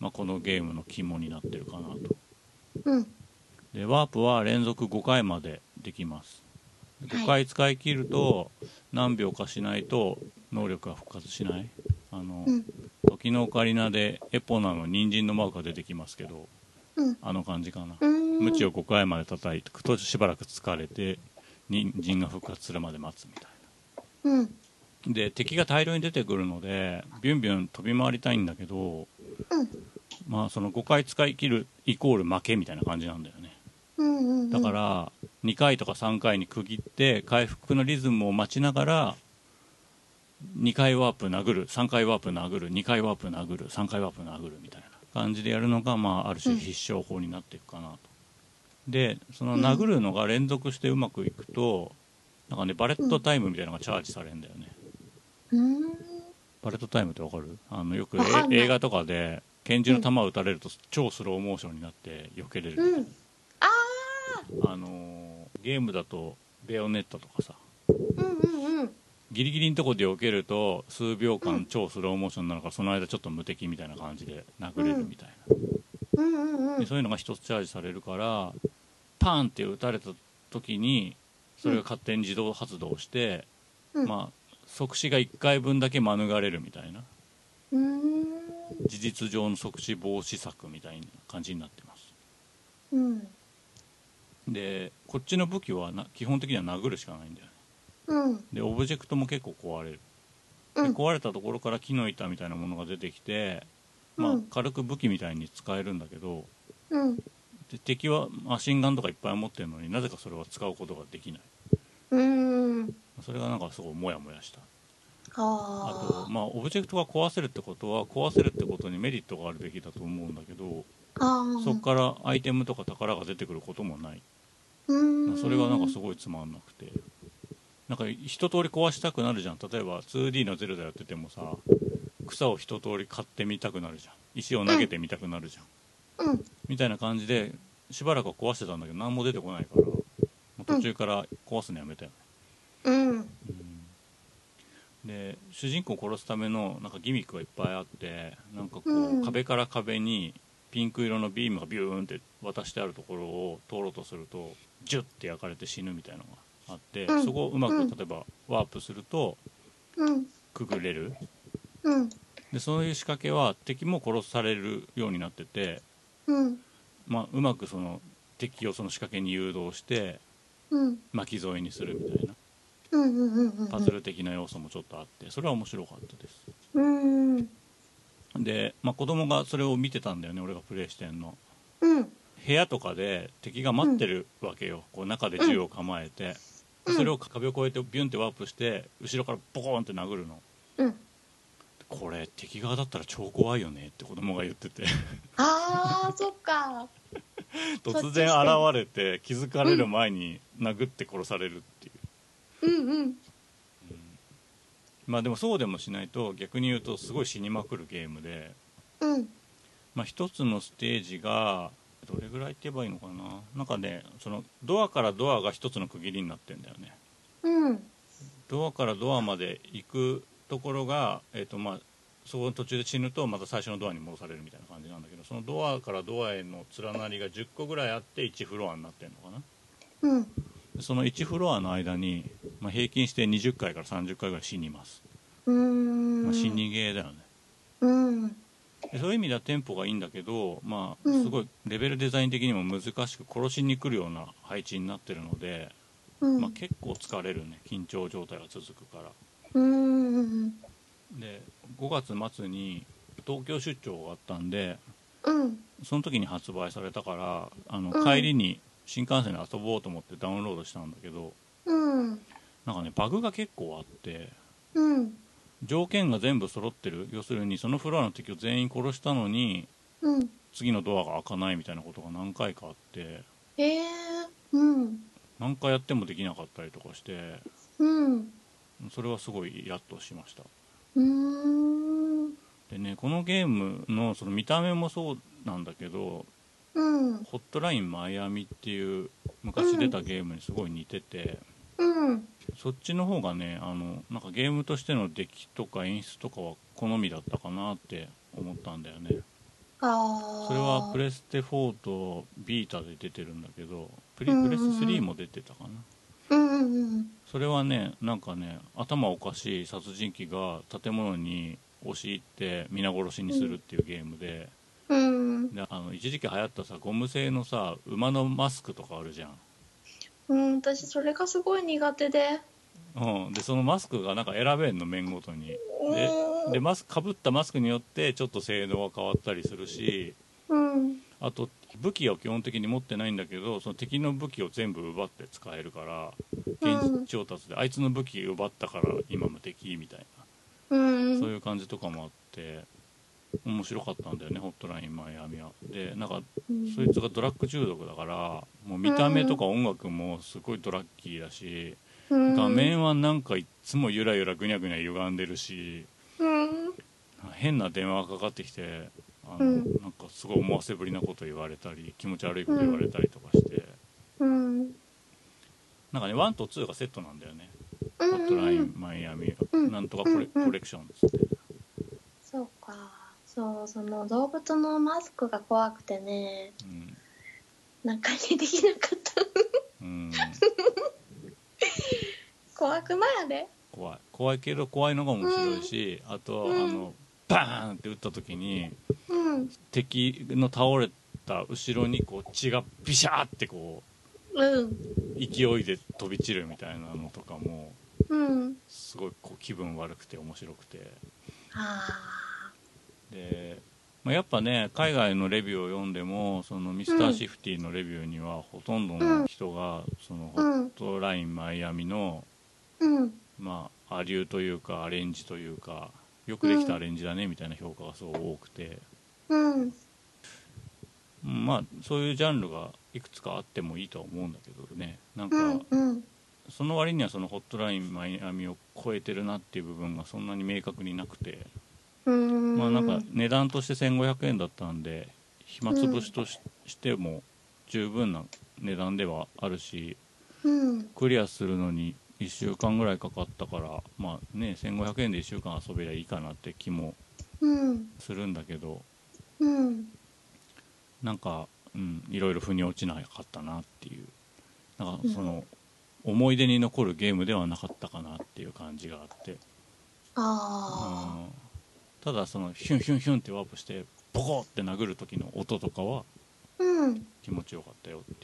まあ、このゲームの肝になってるかなと
うん。
でワープは連続5回までできます
はい
5回使い切ると何秒かしないと能力が復活しないあの、
うん。
時のオカリナでエポナの人参のマークが出てきますけど
うん。
あの感じかな
うん。
ムチを5回まで叩いてくとしばらく疲れて人参が復活するまで待つみたい
うん。
なで敵が大量に出てくるのでビュンビュン飛び回りたいんだけど
うん。
まあその5回使い切るイコール負けみたいな感じなんだよね
うん。うん。
だから2回とか3回に区切って回復のリズムを待ちながら2回ワープ殴る3回ワープ殴る2回ワープ殴る3回ワープ殴るみたいな感じでやるのが、まあ、ある種
うん
必勝法になっていくかなと、でその殴るのが連続してうまくいくとなんかねバレットタイムみたいなのがチャージされるんだよね
うん。
バレットタイムってわかるあのよく
わかんない
え映画とかで拳銃の弾を撃たれると超スローモーションになって避けれる
うん。ああ。
あのーゲームだとベヨネッタとかさ
うん。うん。うん。
ギリギリのとこで避けると数秒
う
間
ん
超スローモーションなのか、その間ちょっと無敵みたいな感じで殴れるみたい
うん。うん。
な、
う
で
ん。
そういうのが一つチャージされるからパーンって打たれた時にそれが勝手に自動発動して、
うん
まあ即死が1回分だけ免れるみたいな
うん。
事実上の即死防止策みたいな感じになってます
うん。
でこっちの武器はな基本的には殴るしかないんだよね
うん。
でオブジェクトも結構壊れる
う
で
ん。
壊れたところから木の板みたいなものが出てきて、まあ
うん、
軽く武器みたいに使えるんだけど
うん。
で敵はマシンガンとかいっぱい持ってるのになぜかそれは使うことができない
うん。
それがなんかすごいモヤモヤした
あ
あとまあオブジェクトが壊せるってことは壊せるってことにメリットがあるべきだと思うんだけど
あ。ああ。
そこからアイテムとか宝が出てくることもない
うん。
それがなんかすごいつまんなくてなんか一通り壊したくなるじゃん例えば 2D のゼルダやっててもさ草を一通り買ってみたくなるじゃん石を投げてみたくなるじゃん、
うん。
みたいな感じでしばらくは壊してたんだけど何も出てこないからもう途中から壊すのやめた
う
よ、
ん。
うんで主人公を殺すためのなんかギミックがいっぱいあってなんかこう、
うん
壁から壁にピンク色のビームがビューンって渡してあるところを通ろうとするとジュッて焼かれて死ぬみたいなのがあって、
うん
そこをうまく
うん
例えばワープすると
うん。
くぐれる
うん。
でそういう仕掛けは敵も殺されるようになってて、
うん。
まあ、うまくその敵をその仕掛けに誘導して
うん。
巻き添えにするみたいな
うん。うん。うん。
パズル的な要素もちょっとあってそれは面白かったです。
うん。
で、まあ、子供がそれを見てたんだよね俺がプレイしてんの
うん。
部屋とかで敵が待ってるわけよ、こう中で銃を構えて、
うん
それを壁を越えてビュンってワープして後ろからボコーンって殴るの
うん。
これ敵側だったら超怖いよねって子供が言っ てて
あーそっか
突然現れて気づかれる前に殴って殺されるっていう、
うんうん
うんまあでもそうでもしないと逆に言うとすごい死にまくるゲームで、
うん
まあ、一つのステージがどれぐらいって言えばいいのかななんかねそのドアからドアが一つの区切りになってんだよね
うん
ドアからドアまで行くところが、えーとまあ、そこの途中で死ぬとまた最初のドアに戻されるみたいな感じなんだけどそのドアからドアへの連なりが10個ぐらいあって1フロアになってるのかな
うん
でその1フロアの間に、まあ、平均して20回から30回ぐらい死にます、
う
まあ、死
ん
にゲーだよね
うん
でそういう意味ではテンポがいいんだけど、まあ、
うん
すごいレベルデザイン的にも難しく殺しに来るような配置になってるので、
うん
まあ、結構疲れるね緊張状態が続くから
うん
で5月末に東京出張があったんで
うん
その時に発売されたからあの、
うん
帰りに新幹線で遊ぼうと思ってダウンロードしたんだけど
うん
なんかねバグが結構あって
うん
条件が全部揃ってる要するにそのフロアの敵を全員殺したのに
うん
次のドアが開かないみたいなことが何回かあって
へえうん
何回やってもできなかったりとかして
うん
それはすごいやっとしました
うん
でねこのゲームのその見た目もそうなんだけど
うん
ホットラインマイアミっていう昔出たゲームにすごい似てて、
うん
そっちの方がねあのなんかゲームとしての出来とか演出とかは好みだったかなって思ったんだよね
ああ
それはプレステ4とビータで出てるんだけどプリ
うんうん
プ
うん
レス3も出てたかな
うんうん
それはねなんかね頭おかしい殺人鬼が建物に押し入って皆殺しにするっていうゲームで,、
うんうん
であの一時期流行ったさゴム製のさ馬のマスクとかあるじゃん
うん私それがすごい苦手で
うん、でそのマスクがなんか選べんの面ごとにで
うん
でマスクかぶったマスクによってちょっと性能が変わったりするし
うん
あと武器は基本的に持ってないんだけどその敵の武器を全部奪って使えるから現地調達で、あいつの武器奪ったから今無敵みたい
うん
なそういう感じとかもあって面白かったんだよねホットラインマイアミはでなんか
うん
そいつがドラッグ中毒だからもう見た目とか音楽もすごいドラッキーだし、
うん
画面はなんかいっつもゆらゆらぐにゃぐにゃ歪んでるし
うん
変な電話がかかってきてあの、
うん
なんかすごい思わせぶりなこと言われたり気持ち悪いこと言われたりとかして、
うん
なんかね1と2がセットなんだよね
う
「ホ
ん
ットラインマイアミ」
うん
なんとかコレ,、
うん
コレクション」っつって
そうかそうその動物のマスクが怖くてね
うん、
なんかにできなかった
うん、
怖くないあれ
怖い怖いけど怖いのが面白いし、あと、
うん
あのバーンって打った時に
うん
敵の倒れた後ろにこう血がビシャーってこ
うん
う勢いで飛び散るみたいなのとかも
うん
すごいこう気分悪くて面白くて
あ
で、まあ、やっぱね海外のレビューを読んでもそのミスターシフティのレビューにはほとんどの人がそのホ
う
ッ
ん
トラインマイアミの、
うん
まあ、アリューというかアレンジというかよくできたアレンジだねみたいな評価がすごい多くて、
うん
うんまあそういうジャンルがいくつかあってもいいとは思うんだけどねなんか
うんうん
その割にはそのホットラインマイアミを超えてるなっていう部分がそんなに明確になくて。
うん
まあなんか値段として1500円だったんで暇つぶしとし,、ても十分な値段ではあるし
うん
クリアするのに1週間ぐらいかかったからまあね1500円で1週間遊べりゃいいかなって気も
うん
するんだけど
うん
なんか、うん、いろいろ腑に落ちなかったなっていうなんかその、思い出に残るゲームではなかったかなっていう感じがあって
あ
うんただそのヒュンヒュンヒュンってワープしてボコって殴る時の音とかは
あうん
気持ちよかったよっ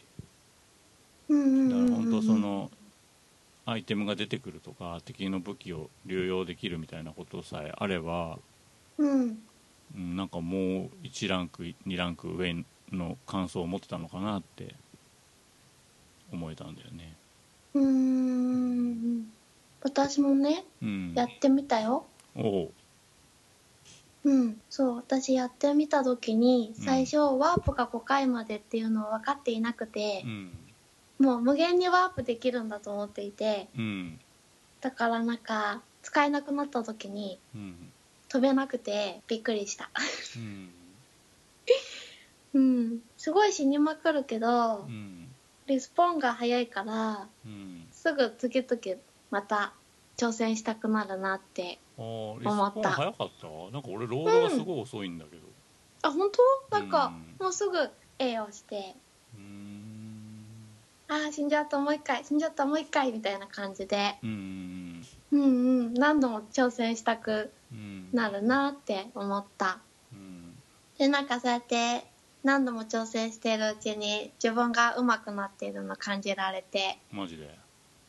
ていう
うん
だから本当そ
うん
のアイテムが出てくるとか敵の武器を流用できるみたいなことさえあれば、
うん
うん、なんかもう1ランク2ランク上の感想を持ってたのかなって思えたんだよね
うん私もね
うん
やってみたよ
おう
うん、そう私やってみた時に最初ワープが5回までっていうのを分かっていなくて
う、ん
もう無限にワープできるんだと思っていて
うん
だからなんか使えなくなった時に
うん
飛べなくてびっくりした
う
う
ん
んすごい死にまくるけど
うん
リスポーンが早いから
うん
すぐ次々また挑戦したくなるなって
あーリス
思っ
ポーン
た
早かったなんか俺ロードがすごい遅いんだけど
あ本当なんかもうすぐ A を押して
うーん
ああ死んじゃったもう一回死んじゃったもう一回みたいな感じで
うーん
うんうん何度も挑戦したく
うん
なるなって思った
うん
でなんかそうやって何度も挑戦してるうちに自分が上手くなっているの感じられて
マジで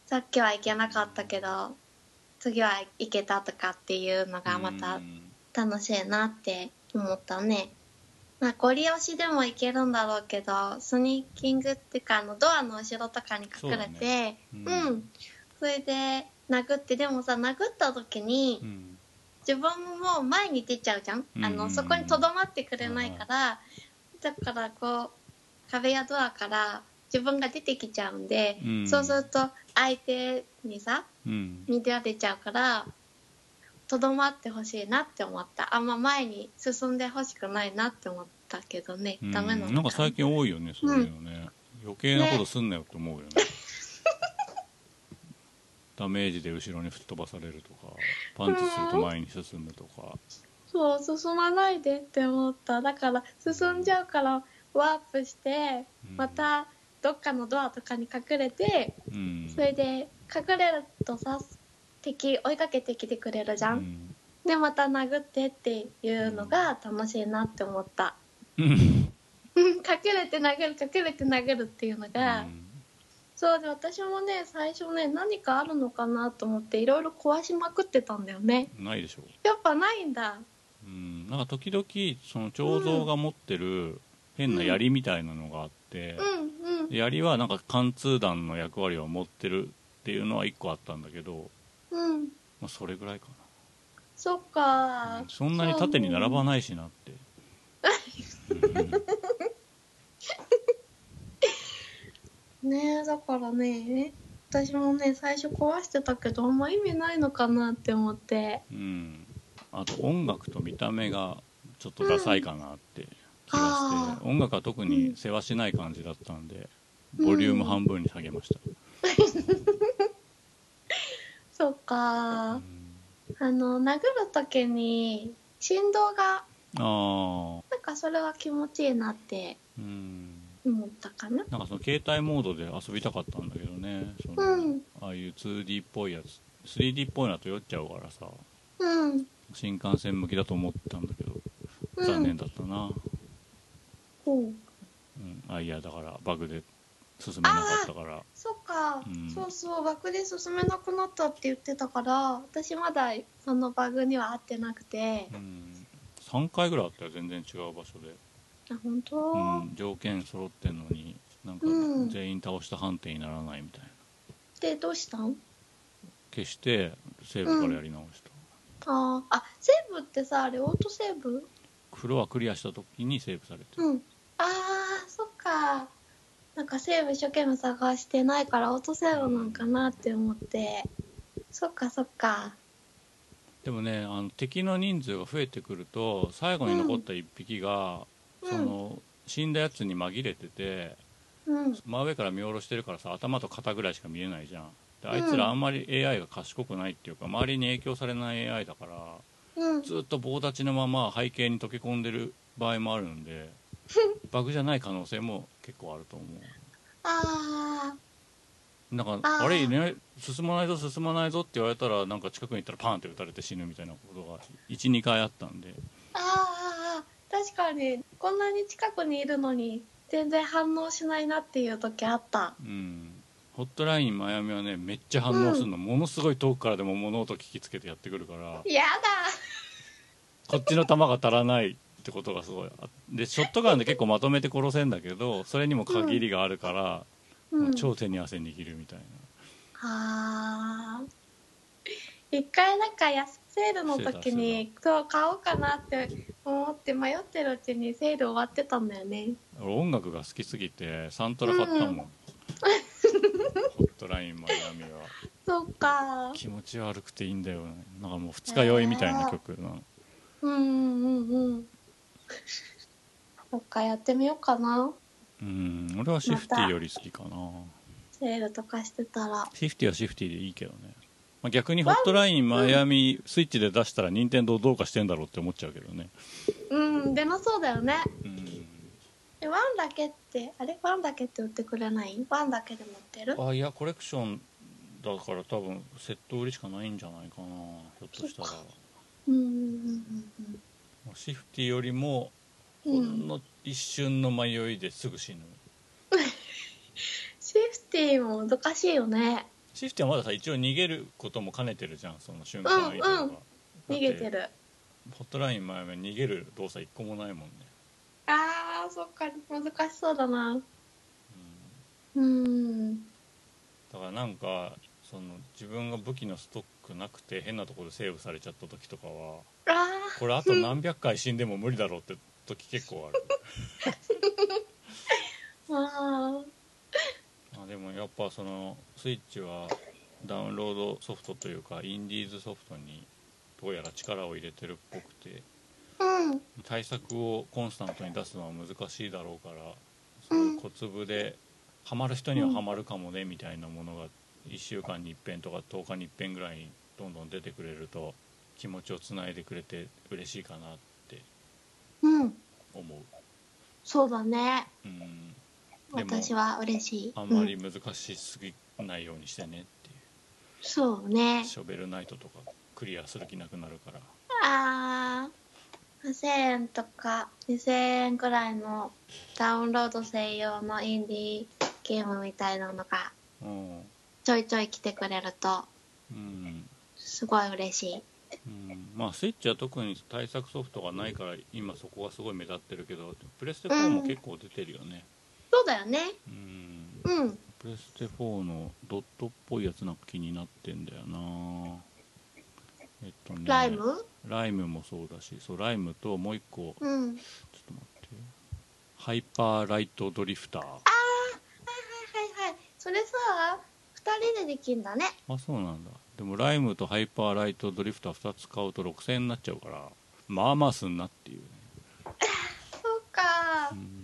さっきはいけなかったけど次はいけたとかっていうのがま
う
た
ん
楽しいなって思ったね。まあ、ゴリ押しでもいけるんだろうけどスニーキングっていうかあのドアの後ろとかに隠れ
そうだ
て、
う
うんん、それで殴ってでもさ殴った時に
うん
自分も前に出ちゃうじゃん、
うん
あのそこにとどまってくれないから、だからこう壁やドアから自分が出てきちゃうんで、
うん
そうすると相手にさ
うん
見てられちゃうからとどまってほしいなって思ったあんま前に進んでほしくないなって思ったけどね、
うん
ダメなのか
なんか最近多いよねそういうのね、余計なことすんなよって思うよね ダメージで後ろに吹っ飛ばされるとかパンチすると前に進むとか
そう進まないでって思っただから進んじゃうからワープして
うん
またどっかのドアとかに隠れて
うん
それで隠れるとさ敵追いかけてきてくれるじゃ
うんん
でまた殴ってっていうのが楽しいなって思った
う
う
ん
ん隠れて殴る隠れて殴るっていうのがそうで私もね最初ね何かあるのかなと思っていろいろ壊しまくってたんだよね
うんないでしょ
やっぱないんだ
うん、なんか時々その彫像が持ってる変な槍みたいなのがあって、
うんうん
で槍はなんか貫通弾の役割を持ってるっていうのは1個あったんだけど、
うん
まあ、それぐらいか
そっ
な
か
そんなに縦に並ばないし なって
ねえだからね私もね最初壊してたけどあんま意味ないのかなって思って
うん、うんあと音楽と見た目がちょっとダサいかなって気が
あ
して、音楽は特に世話しない感じだったんで
うん
ボリューム半分に下げました、
そっ
うん
かあの殴る時に振動が
ああ
なんかそれは気持ちいいなって
うん
思ったかな
なんかその携帯モードで遊びたかったんだけどねその、
うん
ああいう 2D っぽいやつ 3D っぽいのだと酔っちゃうからさ
うん
新幹線向きだと思ったんだけど
うん
残念だったな、
うん
うんあいやだからバグで進めなかったから
そっか、
うん
そうそうバグで進めなくなったって言ってたから私まだそのバグには合ってなくて、
うん3回ぐらいあったよ全然違う場所で、
あ本当、
うん、条件揃ってんのになんか
うん
全員倒した判定にならないみたいな
でどうしたん
消してセーブからやり直した、
あーあセーブってさあれオートセーブ
黒はクリアした時にセーブされてる
うんあーそっかなんかセーブ一生懸命探してないからオートセーブなんかなって思ってそっかそっか
でもねあの敵の人数が増えてくると最後に残った1匹が、
うん
その死んだやつに紛れてて
うん
真上から見下ろしてるからさ頭と肩ぐらいしか見えないじゃんで
ん
あいつらあんまり AI が賢くないっていうか周りに影響されない AI だから
うん
ずっと棒立ちのまま背景に溶け込んでる場合もある んでバグじゃない可能性も結構あると思う
あ
なんか
あー
あれ、ね、進まないぞ進まないぞって言われたらなんか近くに行ったらパンって撃たれて死ぬみたいなことが12回あったんで
ーあーあー確かにこんなに近くにいるのに全然反応しないなっていう時あった
うんホットラインマイアミはねめっちゃ反応するの、ものすごい遠くからでも物音聞きつけてやってくるから
や
こっちの弾が足らないってことがすごいあでショットガンで結構まとめて殺せんだけどそれにも限りがあるから、
だ、
もう超手に汗握るみたいな
あー一回なんかやセセールの時にそう買おうかなって思って迷ってるうちにセール終わってたんだよね
俺音楽が好きすぎてサントラ買ったもん、
うん
ホットラインマイアミは
そっか
気持ち悪くていいんだよねなんかもう二日酔いみたいな曲なの
うんうんうんうん そっかやってみようかな
うん俺はシフティより好きかな、
セールとかしてたら
シフティはシフティでいいけどね、まあ、逆にホットラインマイアミスイッチで出したら任天堂どうかしてんだろうって思っちゃうけどね
うん出なそうだよね
うん
えワンだけってあれワンだけって売ってくれないワンだけで持ってる
あいやコレクションだから多分セット売りしかないんじゃないかなひょっとしたら
そっうんうん
シフティよりも
うんうんう
ほ
んうん
んの一瞬の迷いですぐ死ぬ
シフティももどかしいよね
シフティはまださ一応逃げることも兼ねてるじゃんその瞬間移動が、
うんうん逃げてる
ホットライン前は逃げる動作一個もないもんね、
あーそっか難しそうだな
う
うん
ん、だからなんかその自分が武器のストックなくて変なところでセーブされちゃった時とかは
あ
これあと何百回死んでも無理だろうって時結構ある
ーあ
あでもやっぱそのスイッチはダウンロードソフトというかインディーズソフトにどうやら力を入れてるっぽくて
ーうん
対策をコンスタントに出すのは難しいだろうからそういう小粒でハマる人にはハマるかもねみたいなものが1週間に一遍とか10日に一遍ぐらいにどんどん出てくれると気持ちをつないでくれて嬉しいかなって
うん
思う
そうだね
うんでも
私は嬉しい。
あんま
う
り難しすぎないようにしてねっていう
そうね
ショベルナイトとかクリアする気なくなるから
あー8000円とか2000円くらいのダウンロード専用のインディーゲームみたいなのが
うん
ちょいちょい来てくれると
うん
すごい嬉しい
うんまあスイッチは特に対策ソフトがないから今そこがすごい目立ってるけどプレステ4も結構出てるよね、
そうだよね
うん、
うん
プレステ4のドットっぽいやつなんか気になってんだよなえっとね
ライム
ライムもそうだしそうライムともう一個ちょっ
うんはい
と待ってハイパーライトドリフター
はいはいそれさ2人でできんだね
あそうなんだでもライムとハイパーライトドリフター2つ買うと6000円になっちゃうからまあまあすんなっていうね
そうか
うん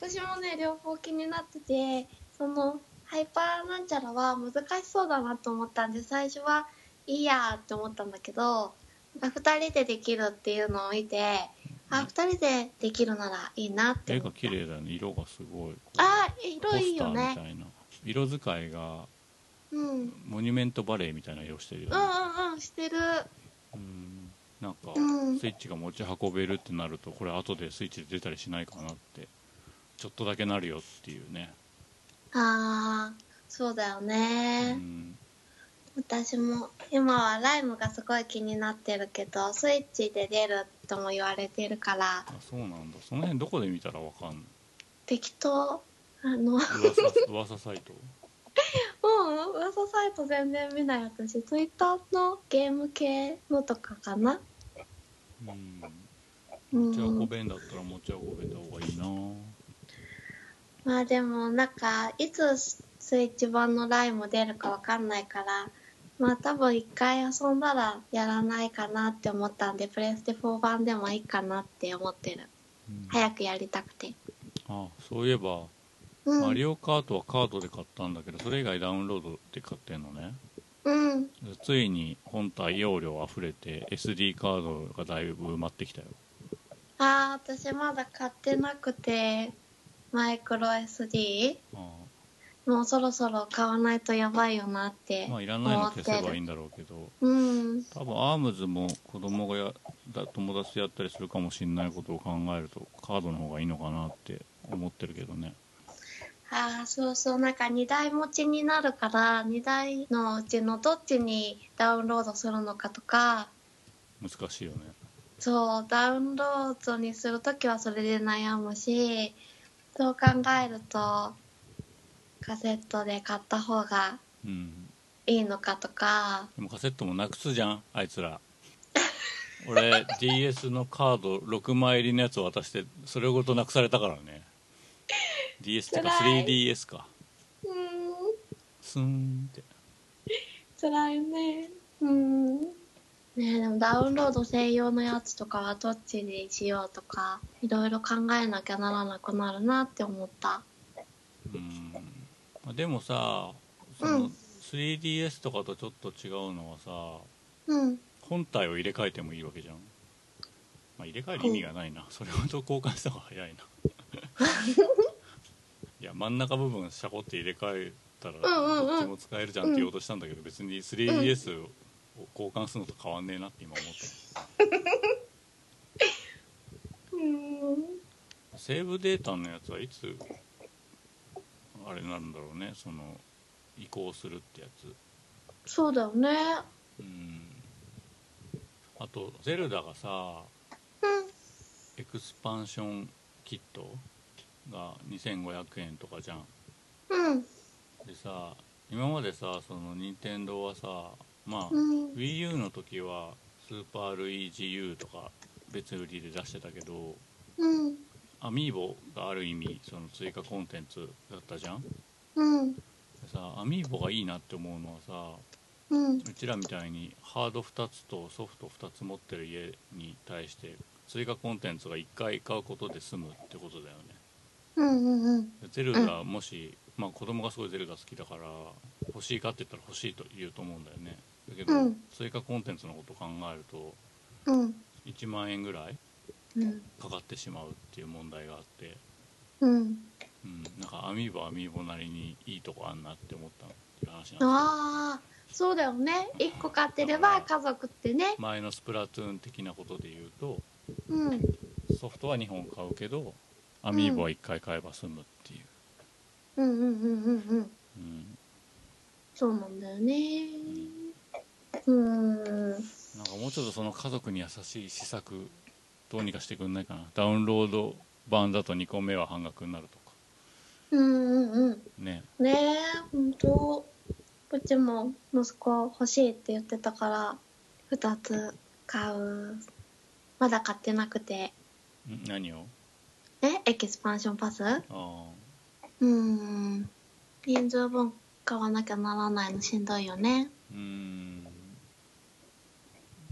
私もね両方気になっててそのハイパーなんちゃらは難しそうだなと思ったんで最初はいいやーって思ったんだけど2人でできるっていうのを見てあ2人でできるならいいなって
絵
思
が
っ
綺
た
麗だね色がすごい
あー色
ポ
い
ス
い
ター
よ
み
ね
たいな色使いが
うんうん
モニュメントバレーみたいな色してるよね
うんうんしてる
うんなんか
うん
スイッチが持ち運べるってなるとこれ後でスイッチで出たりしないかなってちょっとだけなるよっていうね、
あーそうだよね、
うん、
私も今はライムがすごい気になってるけどスイッチで出るとも言われてるから
あそうなんだその辺どこで見たらわ かんない
適当あの
噂噂サイト
うん、噂サイト全然見ない私、ツイッターのゲーム系のとかかな。
うん
う
持ち運
ん、
べんだったら持ち運べた方がいいな
まあでも、なんか、いつスイッチ版のライも出るかわかんないから、まあ多分一回遊んだらやらないかなって思ったんで、プレステ4版でもいいかなって思ってる。
うん
早くやりたくて。
あそういえば、
うん。
マリオカートはカードで買ったんだけどそれ以外ダウンロードで買ってんのね
うん。
でついに本体容量あふれて SD カードがだいぶ埋まってきたよ
ああ、私まだ買ってなくて、マイクロ SD?
ああ
もうそろそろ買わないとやばいよなって。
まあいらないの消せばいいんだろうけど
うん。
多分アームズも子供がやだ友達とやったりするかもしれないことを考えるとカードの方がいいのかなって思ってるけどね
ああそうそうなんか2台持ちになるから2台のうちのどっちにダウンロードするのかとか
難しいよね
そうダウンロードにするときはそれで悩むしそう考えるとカセットで買った方が
うん
いいのかとか
でもカセットもなくすじゃんあいつら俺 DS のカード6枚入りのやつを渡してそれごとなくされたからね DS ってか
辛い
3DS か
うん
スーンって
辛いよねうんねえでもダウンロード専用のやつとかはどっちにしようとかいろいろ考えなきゃならなくなるなって思った
うんまあでもさその、
うん
3DS とかとちょっと違うのはさ
うん
本体を入れ替えてもいいわけじゃん、まあ、入れ替える意味がないなそれほど交換した方が早いな いや真ん中部分シャコって入れ替えたら
うんうんうん
どっちも使えるじゃんって言おうとしたんだけど別に 3DS を交換するのと変わんねえなって今思った
うん
セーブデータのやつはいつあれなんだろうねその移行するってやつ
そうだよね
うんあとゼルダがさ
う
エクスパンションキットが2500円とかじゃん
んうん
でさ今までさその任天堂はさまあ、
うん
WiiU の時はスーパー REGU とか別売りで出してたけど
うん
アミーボがある意味その追加コンテンツだったじゃんで
うん
さアミーボがいいなって思うのはさ
うん
うちらみたいにハード2つとソフト2つ持ってる家に対して追加コンテンツが1回買うことで済むってことだよね
うんうんうん
ゼルダもし、まあ子供がすごいゼルダ好きだから欲しいかって言ったら欲しいと言うと思うんだよねだけど、
うん
追加コンテンツのことを考えると
うん
1万円ぐらい
うん
かかってしまうっていう問題があって、
うん
うん、なんかアミーボはアミーボなりにいいとこあんなって思ったっていう話なんで
ああそうだよね一個買ってれば家族ってね
す前のスプラトゥーン的なことで言うと
うん
ソフトは2本買うけどアミーボは1回買えば済むっていう、
うんうんうんうんうん
うん、
そうなんだよねうん
なんかもうちょっとその家族に優しい施策どうにかしてくんないかなダウンロード版だと2個目は半額になるとか
うんうんうん
ね
ねえほんとうちも息子欲しいって言ってたから2つ買うまだ買ってなくて
ん何を
えエキスパンションパス
ああ
うん人数分買わなきゃならないのしんどいよね
うーん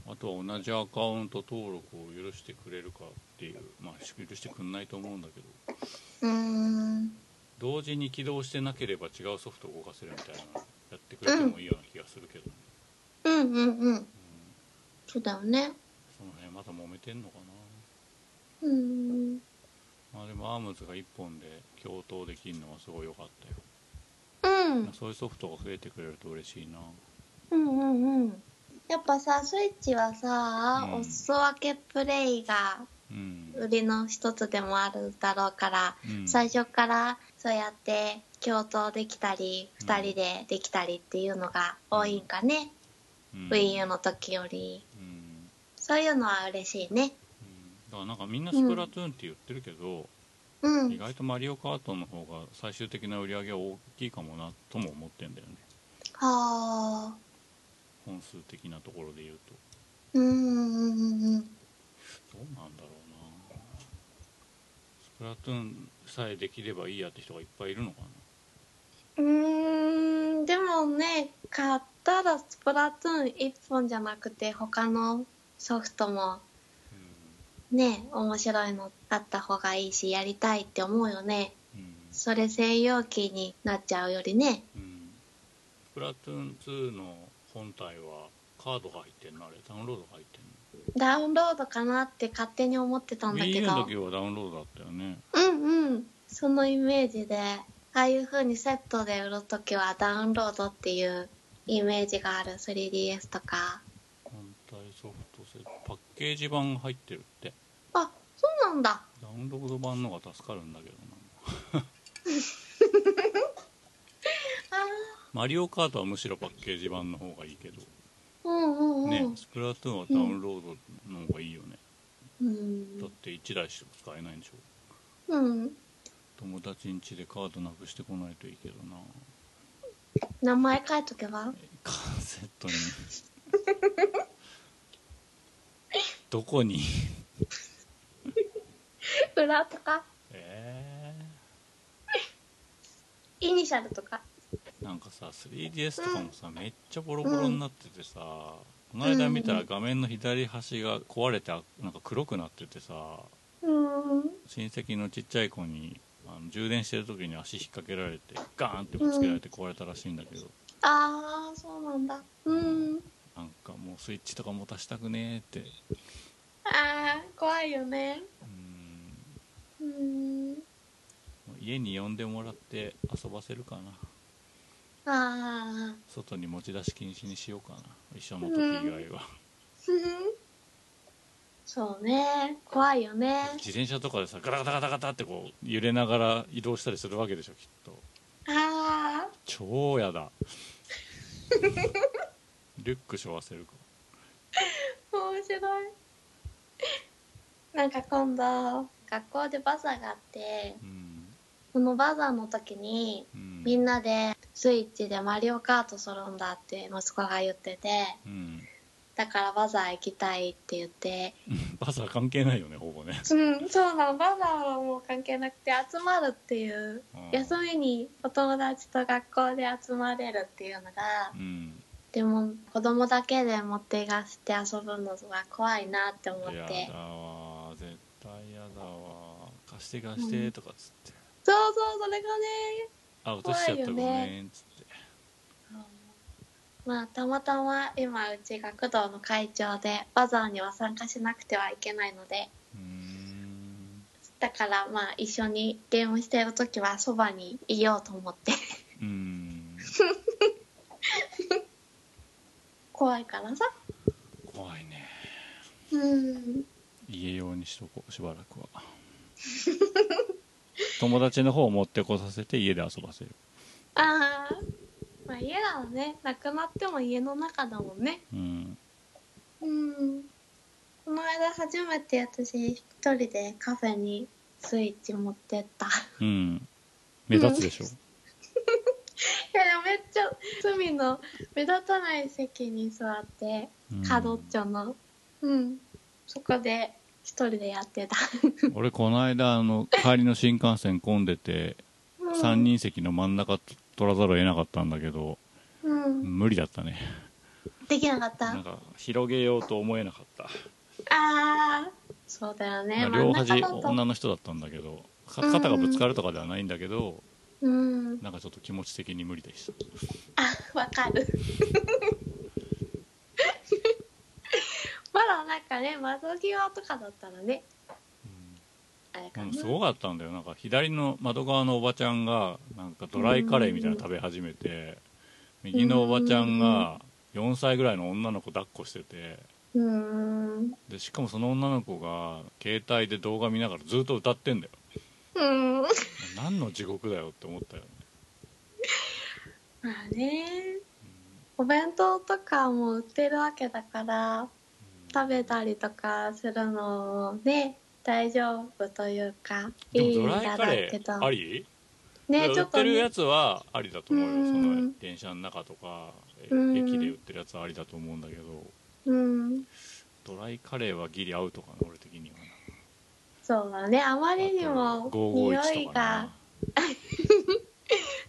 あとは同じアカウント登録を許してくれるかっていうまあ許してくんないと思うんだけど
うん
同時に起動してなければ違うソフトを動かせるみたいなのやってくれてもいいような気がするけど、
うんうんうん
うん
そうだよね
その辺また揉めてんのか
うん
なまあでもアームズが1本で共闘できるのはすごい良かったよ
うん
そういうソフトが増えてくれると嬉しいな
うんうんうんやっぱさスイッチはさ、
うん
お裾分けプレイが
うん、
売りの一つでもあるだろうから、
うん、
最初からそうやって共闘できたり
うん
2人でできたりっていうのが多いんかね、
うん、
WiiU の時より
うん、うん
そういうのは嬉しいね
だからなんかみんなスプラトゥーンって言ってるけど、
う
意
ん
外とマリオカートの方が最終的な売り上げは大きいかもなとも思ってんだよね
はあ
本数的なところで言うと
うんうんうんうん
どうなんだろうなスプラトゥーンさえできればいいやって人がいっぱいいるのかな
うーんでもね買ったらスプラトゥーン1本じゃなくて他のソフトもね面白いのあった方がいいしやりたいって思うよね
うん、うん
それ専用機になっちゃうよりね
うん、スプラトゥーン2の本体はカードが入ってんのあれダウンロードが入ってんの
ダウンロードかなって勝手に思ってたんだ
Wii
け
U の
ど
時はダウンロードだったよね
うんうんそのイメージでああいう風にセットで売るときはダウンロードっていうイメージがある 3DS とか
本体ソフトセットパッケージ版が入ってるって
あそうなんだ
ダウンロード版のが助かるんだけどな
あ
マリオカートはむしろパッケージ版の方がいいけど、
ーうんうんうん、
ねスプラトゥーンはダウンロードの方がいいよね、
うん
だって1台しか使えないんでしょ
うん、
友達ん家でカードなくしてこないといいけどな
名前書い とけば
カーセットにどこに
裏とか
え
イニシャルとか
ー、なんかさ 3DS とかもさ、めっちゃボロボロになっててさ、この間見たら画面の左端が壊れてあなんか黒くなっててさ
うん
親戚のちっちゃい子にあの充電してる時に足引っ掛けられてガーンってぶつけられて壊れたらしいんだけど、
ああそうなんだうん
なんかもうスイッチとか持たしたくねーって
ああ怖いよね
うん
うん
家に呼んでもらって遊ばせるかな
ああ
外に持ち出し禁止にしようかな一緒の時以外は、
そうね怖いよね
自転車とかでさガタガタガタガタってこう揺れながら移動したりするわけでしょきっと
ああ
超やだ リュック背負わせるか
面白いなんか今度学校でバザーがあって
うん
そのバザーの時に
うん
みんなでスイッチでマリオカート揃うんだって息子が言ってて
うん
だからバザー行きたいって言って
バザー関係ないよねほぼね
うんそうなのバザーはもう関係なくて集まるっていう
うん
休みにお友達と学校で集まれるっていうのが
うん
でも子供だけで持っていかせて遊ぶのが怖いなって思っ
や
て
だわ絶対やだわ貸して貸してとかっつって、
そうそうそれが
あ落としちゃったご
怖いよね
めんっつって
ねまあたまたま今うち学童の会長でバザーには参加しなくてはいけないので
うーん
だからまあ一緒にゲームしてる時はそばにいようと思って
うーん
怖いからさ
怖いね
うん
家用にしとこうしばら くは友達の方を持ってこさせて家で遊ばせる
ああまあ家だもねなくなっても家の中だもんね
うん
うんこの間初めて私一人でカフェにスイッチ持ってった
うん目立つでしょ、
いやめっちゃ隅の目立たない席に座って
うん
角っちょのうんそこで一人でやってた
俺この間あの帰りの新幹線混んでて3人席の真ん中取らざるを得なかったんだけど
うん
無理だったね
できなかった
なんか広げようと思えなかった
ああそうだよね
まあ両端
だと
女の人だったんだけどか肩がぶつかるとかではないんだけど、
うん
なんかちょっと気持ち的に無理でした
あわかるまだなんかね窓際とかだったらねあれ
う
かな
ん、うんすごかったんだよなんか左の窓側のおばちゃんがなんかドライカレーみたいなの食べ始めて右のおばちゃんが4歳ぐらいの女の子抱っこしてて
うーん
でしかもその女の子が携帯で動画見ながらずっと歌ってんだよ
うーん
何の地獄だよって思ったよね
まあねお弁当とかも売ってるわけだから食べたりとかするのもね大丈夫というか
で
い
も
い
ド
ん
ライ
だ
カ
ろう
レ
けど
ーあり
ね
いや
ち
売
ょ
っ
っと
てるや
ね
つはありだと思うよ、
うん
その電車の中とか、え
うん
駅で売ってるやつはありだと思うんだけど
うん
ドライカレーはギリ合うとかな俺的には
そうだねあまりに
な
も
あと
匂
551
い
とか
が
な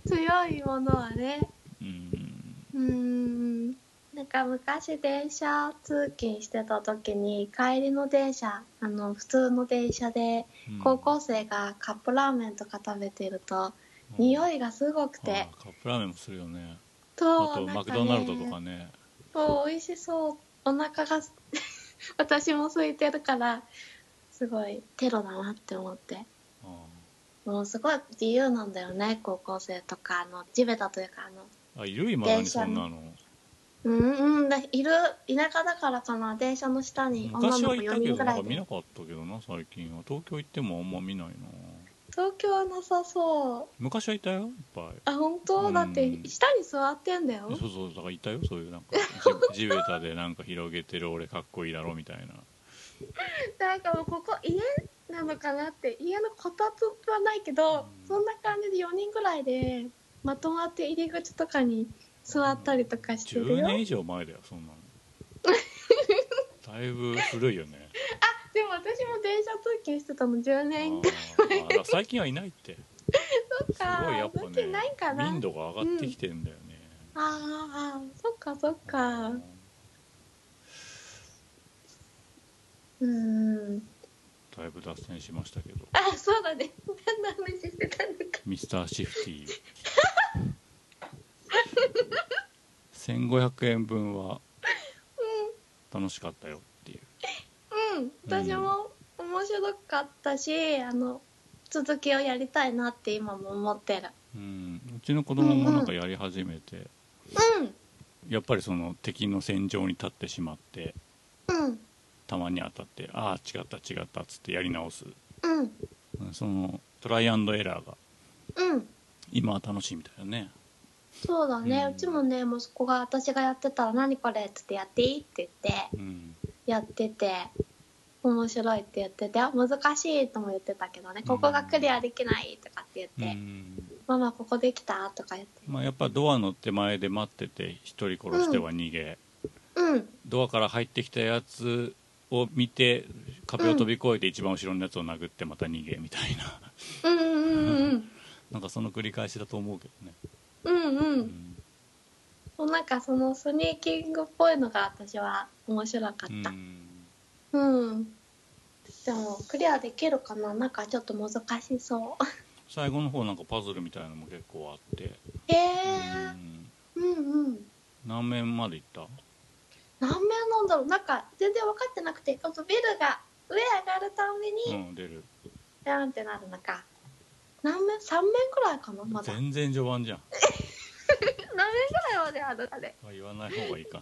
強いものはね
うん
うーんなんか昔電車通勤してた時に帰りの電車あの普通の電車で
うん
高校生がカップラーメンとか食べてると
うん
匂いがすごくて
ああカップラーメンもするよね
と
あと
なん
マク
か
ド
ね
ナルドとかね
そう美味しそうお腹が 私も空いてるからすごいテロだなって思って
あ
もうすごい自由なんだよね高校生とかあの地べたというかあの
ああいる今何そんなの
うんうんだいる田舎だからかな電車の下に女
昔
の子
はい
4
たけ
人
ど
ぐ
な
ら
んか
い
見
で
なかったけどな最近は東京行ってもあんま見ないな
東京はなさそう
昔はいたよいっぱい
あ本当
うん
だって下に座ってんだよ
そうそうだからいたよそういうなんか 地地べたでなんか広げてる俺かっこいいだろみたいな
なんかもうここ家なのかなって家のこたつはないけど、
うん
そんな感じで4人ぐらいでまとまって入り口とかに座ったりとかしてる
10
よ
年以上前だよそんなのだいぶ古いよね
でも私も電車通勤してたの10年
あーあだ最近はいないって
と
すごい
か
やっ
通勤ない
ぱ
か
ね
な
民度が上がってきてんだよね、
あーあーそっかそっかうん
だいぶ脱線しましたけど
あそうだね何の話してたのか
ミスターシフティ1500円分は楽しかったよっていう
うん私も面白かったし、あの続きをやりたいなって今も思ってる
うんうちの子供もなんかやり始めて、
うん
やっぱりその敵の戦場に立ってしまって
うん
たまに当たってああ違った違ったっつってやり直す
うん
うんそのトライアンドエラーが
うん
今は楽しいみたいだね
そうだね、
う
うんちもね息子が私がやってたら「何これ」っつって「やっていい?」って言って
うん
やってて面白いって言っててあ難しいとも言ってたけどね「ここがクリアできない」とかって
う
言って
ん
「ママここできた?」とか言って
まあやっぱドアの手前で待ってて1人殺しては逃げ、
うん
ドアから入ってきたやつを見て壁を飛び越えて一番後ろのやつを殴ってまた逃げみたいな
うんうん
なんかその繰り返しだと思うけどね、
うんうんう
うんん
もうなんかそのスニーキングっぽいのが私は面白か
う
った
ん
うん、でもクリアできるかななんかちょっと難しそう
最後の方なんかパズルみたいなのも結構あっ て、
へ
う
え
ん、
うんうん
何面までいった
何面なんだろうなんか全然分かってなくてこのビルが上上がるたんび
う
に
ん出る
ビャンってなるのか何面3面くらいかなまだ何面
全然序盤じゃん
くらいまであるあれ
あ言わない方がいいか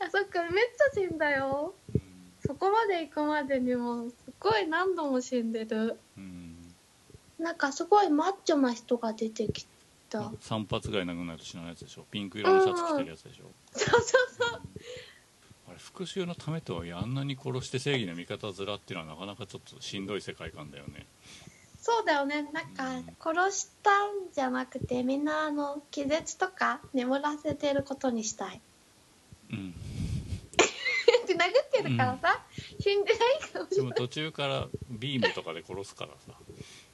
な、
あそっかめっちゃ死んだよ
うん
そこまで行くまでにもすごい何度も死んでる
うん
なんかすごいマッチョな人が出てきた
3発ぐらい殴んないと死なないやつでしょピンク色のシャツ着てるやつでしょ、
そうそうそう
あれ復讐のためとはいえあんなに殺して正義の味方面っていうのはなかなかちょっとしんどい世界観だよね
そうだよねなんか殺したんじゃなくてみんなあの気絶とか眠らせてることにしたい
うん
って殴ってるからさ、死んでないかもし
で
れ
も
ない
途中からビームとかで殺すからさ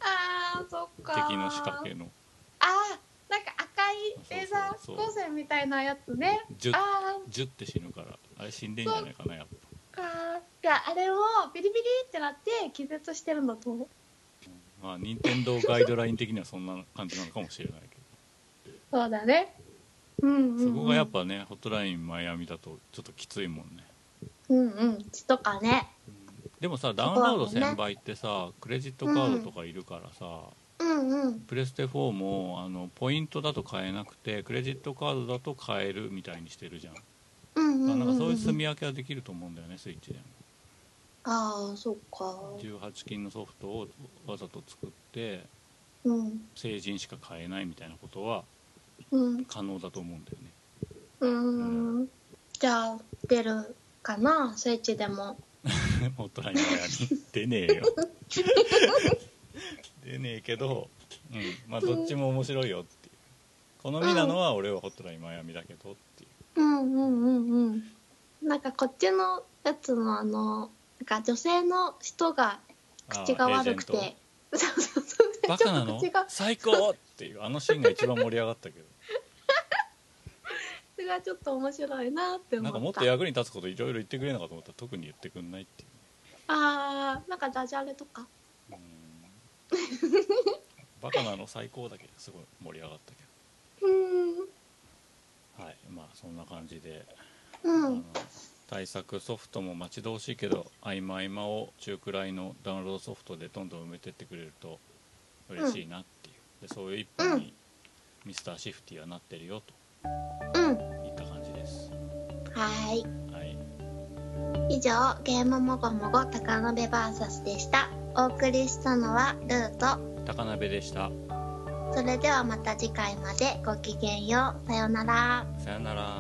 あーそっか
敵の仕掛けの
あーなんか赤いレーザー光線みたいなやつね
ジュッ
あ
ジュッて死ぬからあれ死んでんじゃないかなやっぱ
ーかいやあれをビリビリってなって気絶してるんだと思う
まあ任天堂ガイドライン的にはそんな感じなのかもしれないけ
そうだねうんうん、う
どそ
ん、
こがやっぱねホットラインマイアミだとちょっときついもんね
うんうん血とかね
でもさダウンロード1000倍ってさクレジットカードとかいるからさ、
うんうん
プレステ4もあのポイントだと買えなくてクレジットカードだと買えるみたいにしてるじゃん,、
うんうんうん
なんかそういう住
ん
み分けはできると思うんだよねスイッチで
ああそっか
も18金のソフトをわざと作って
うん
成人しか買えないみたいなことは
うん
可能だと思うんだよね
うーんじゃあ出るかなスイッチでも
ホットラインマヤに出ねえ よ出ねえけど、うん、まあどっちも面白いよっていう好みなのは俺はホットラインマヤミだけどってい
う
う
んうんうんうんなんかこっちのやつのあのなんか女性の人が
あー
口が悪く
エージェン
て
ト
そうそうそう
バ
ち
カ
ょ
な
っと
の
口が
最高っていうあのシーンが一番盛り上がったけ
口がちょっと面白いなって
ど
思
な
った
んかもっと役に立つこといろいろ言ってくれるのかと思ったら特に言ってくんないっ てい
あーなんかダジャレとか
ううんバカなの最高だけすごい盛り上がったけ
うー
どはいまあそんな感じで、
ん
あ
う
の
ん
対策ソフトも待ち遠しいけど合間合間を中くらいのダウンロードソフトでどんどん埋めてってくれると嬉しいなっていう、でそういう一本にミスターシフティはなってるよ
うん。
といった感じです
はーい。
はい
以上、ゲームもごもご高鍋バーサスでした。お送りしたのはルート。
高鍋でした
それではまた次回までごきげんよう。さようなら。
さよなら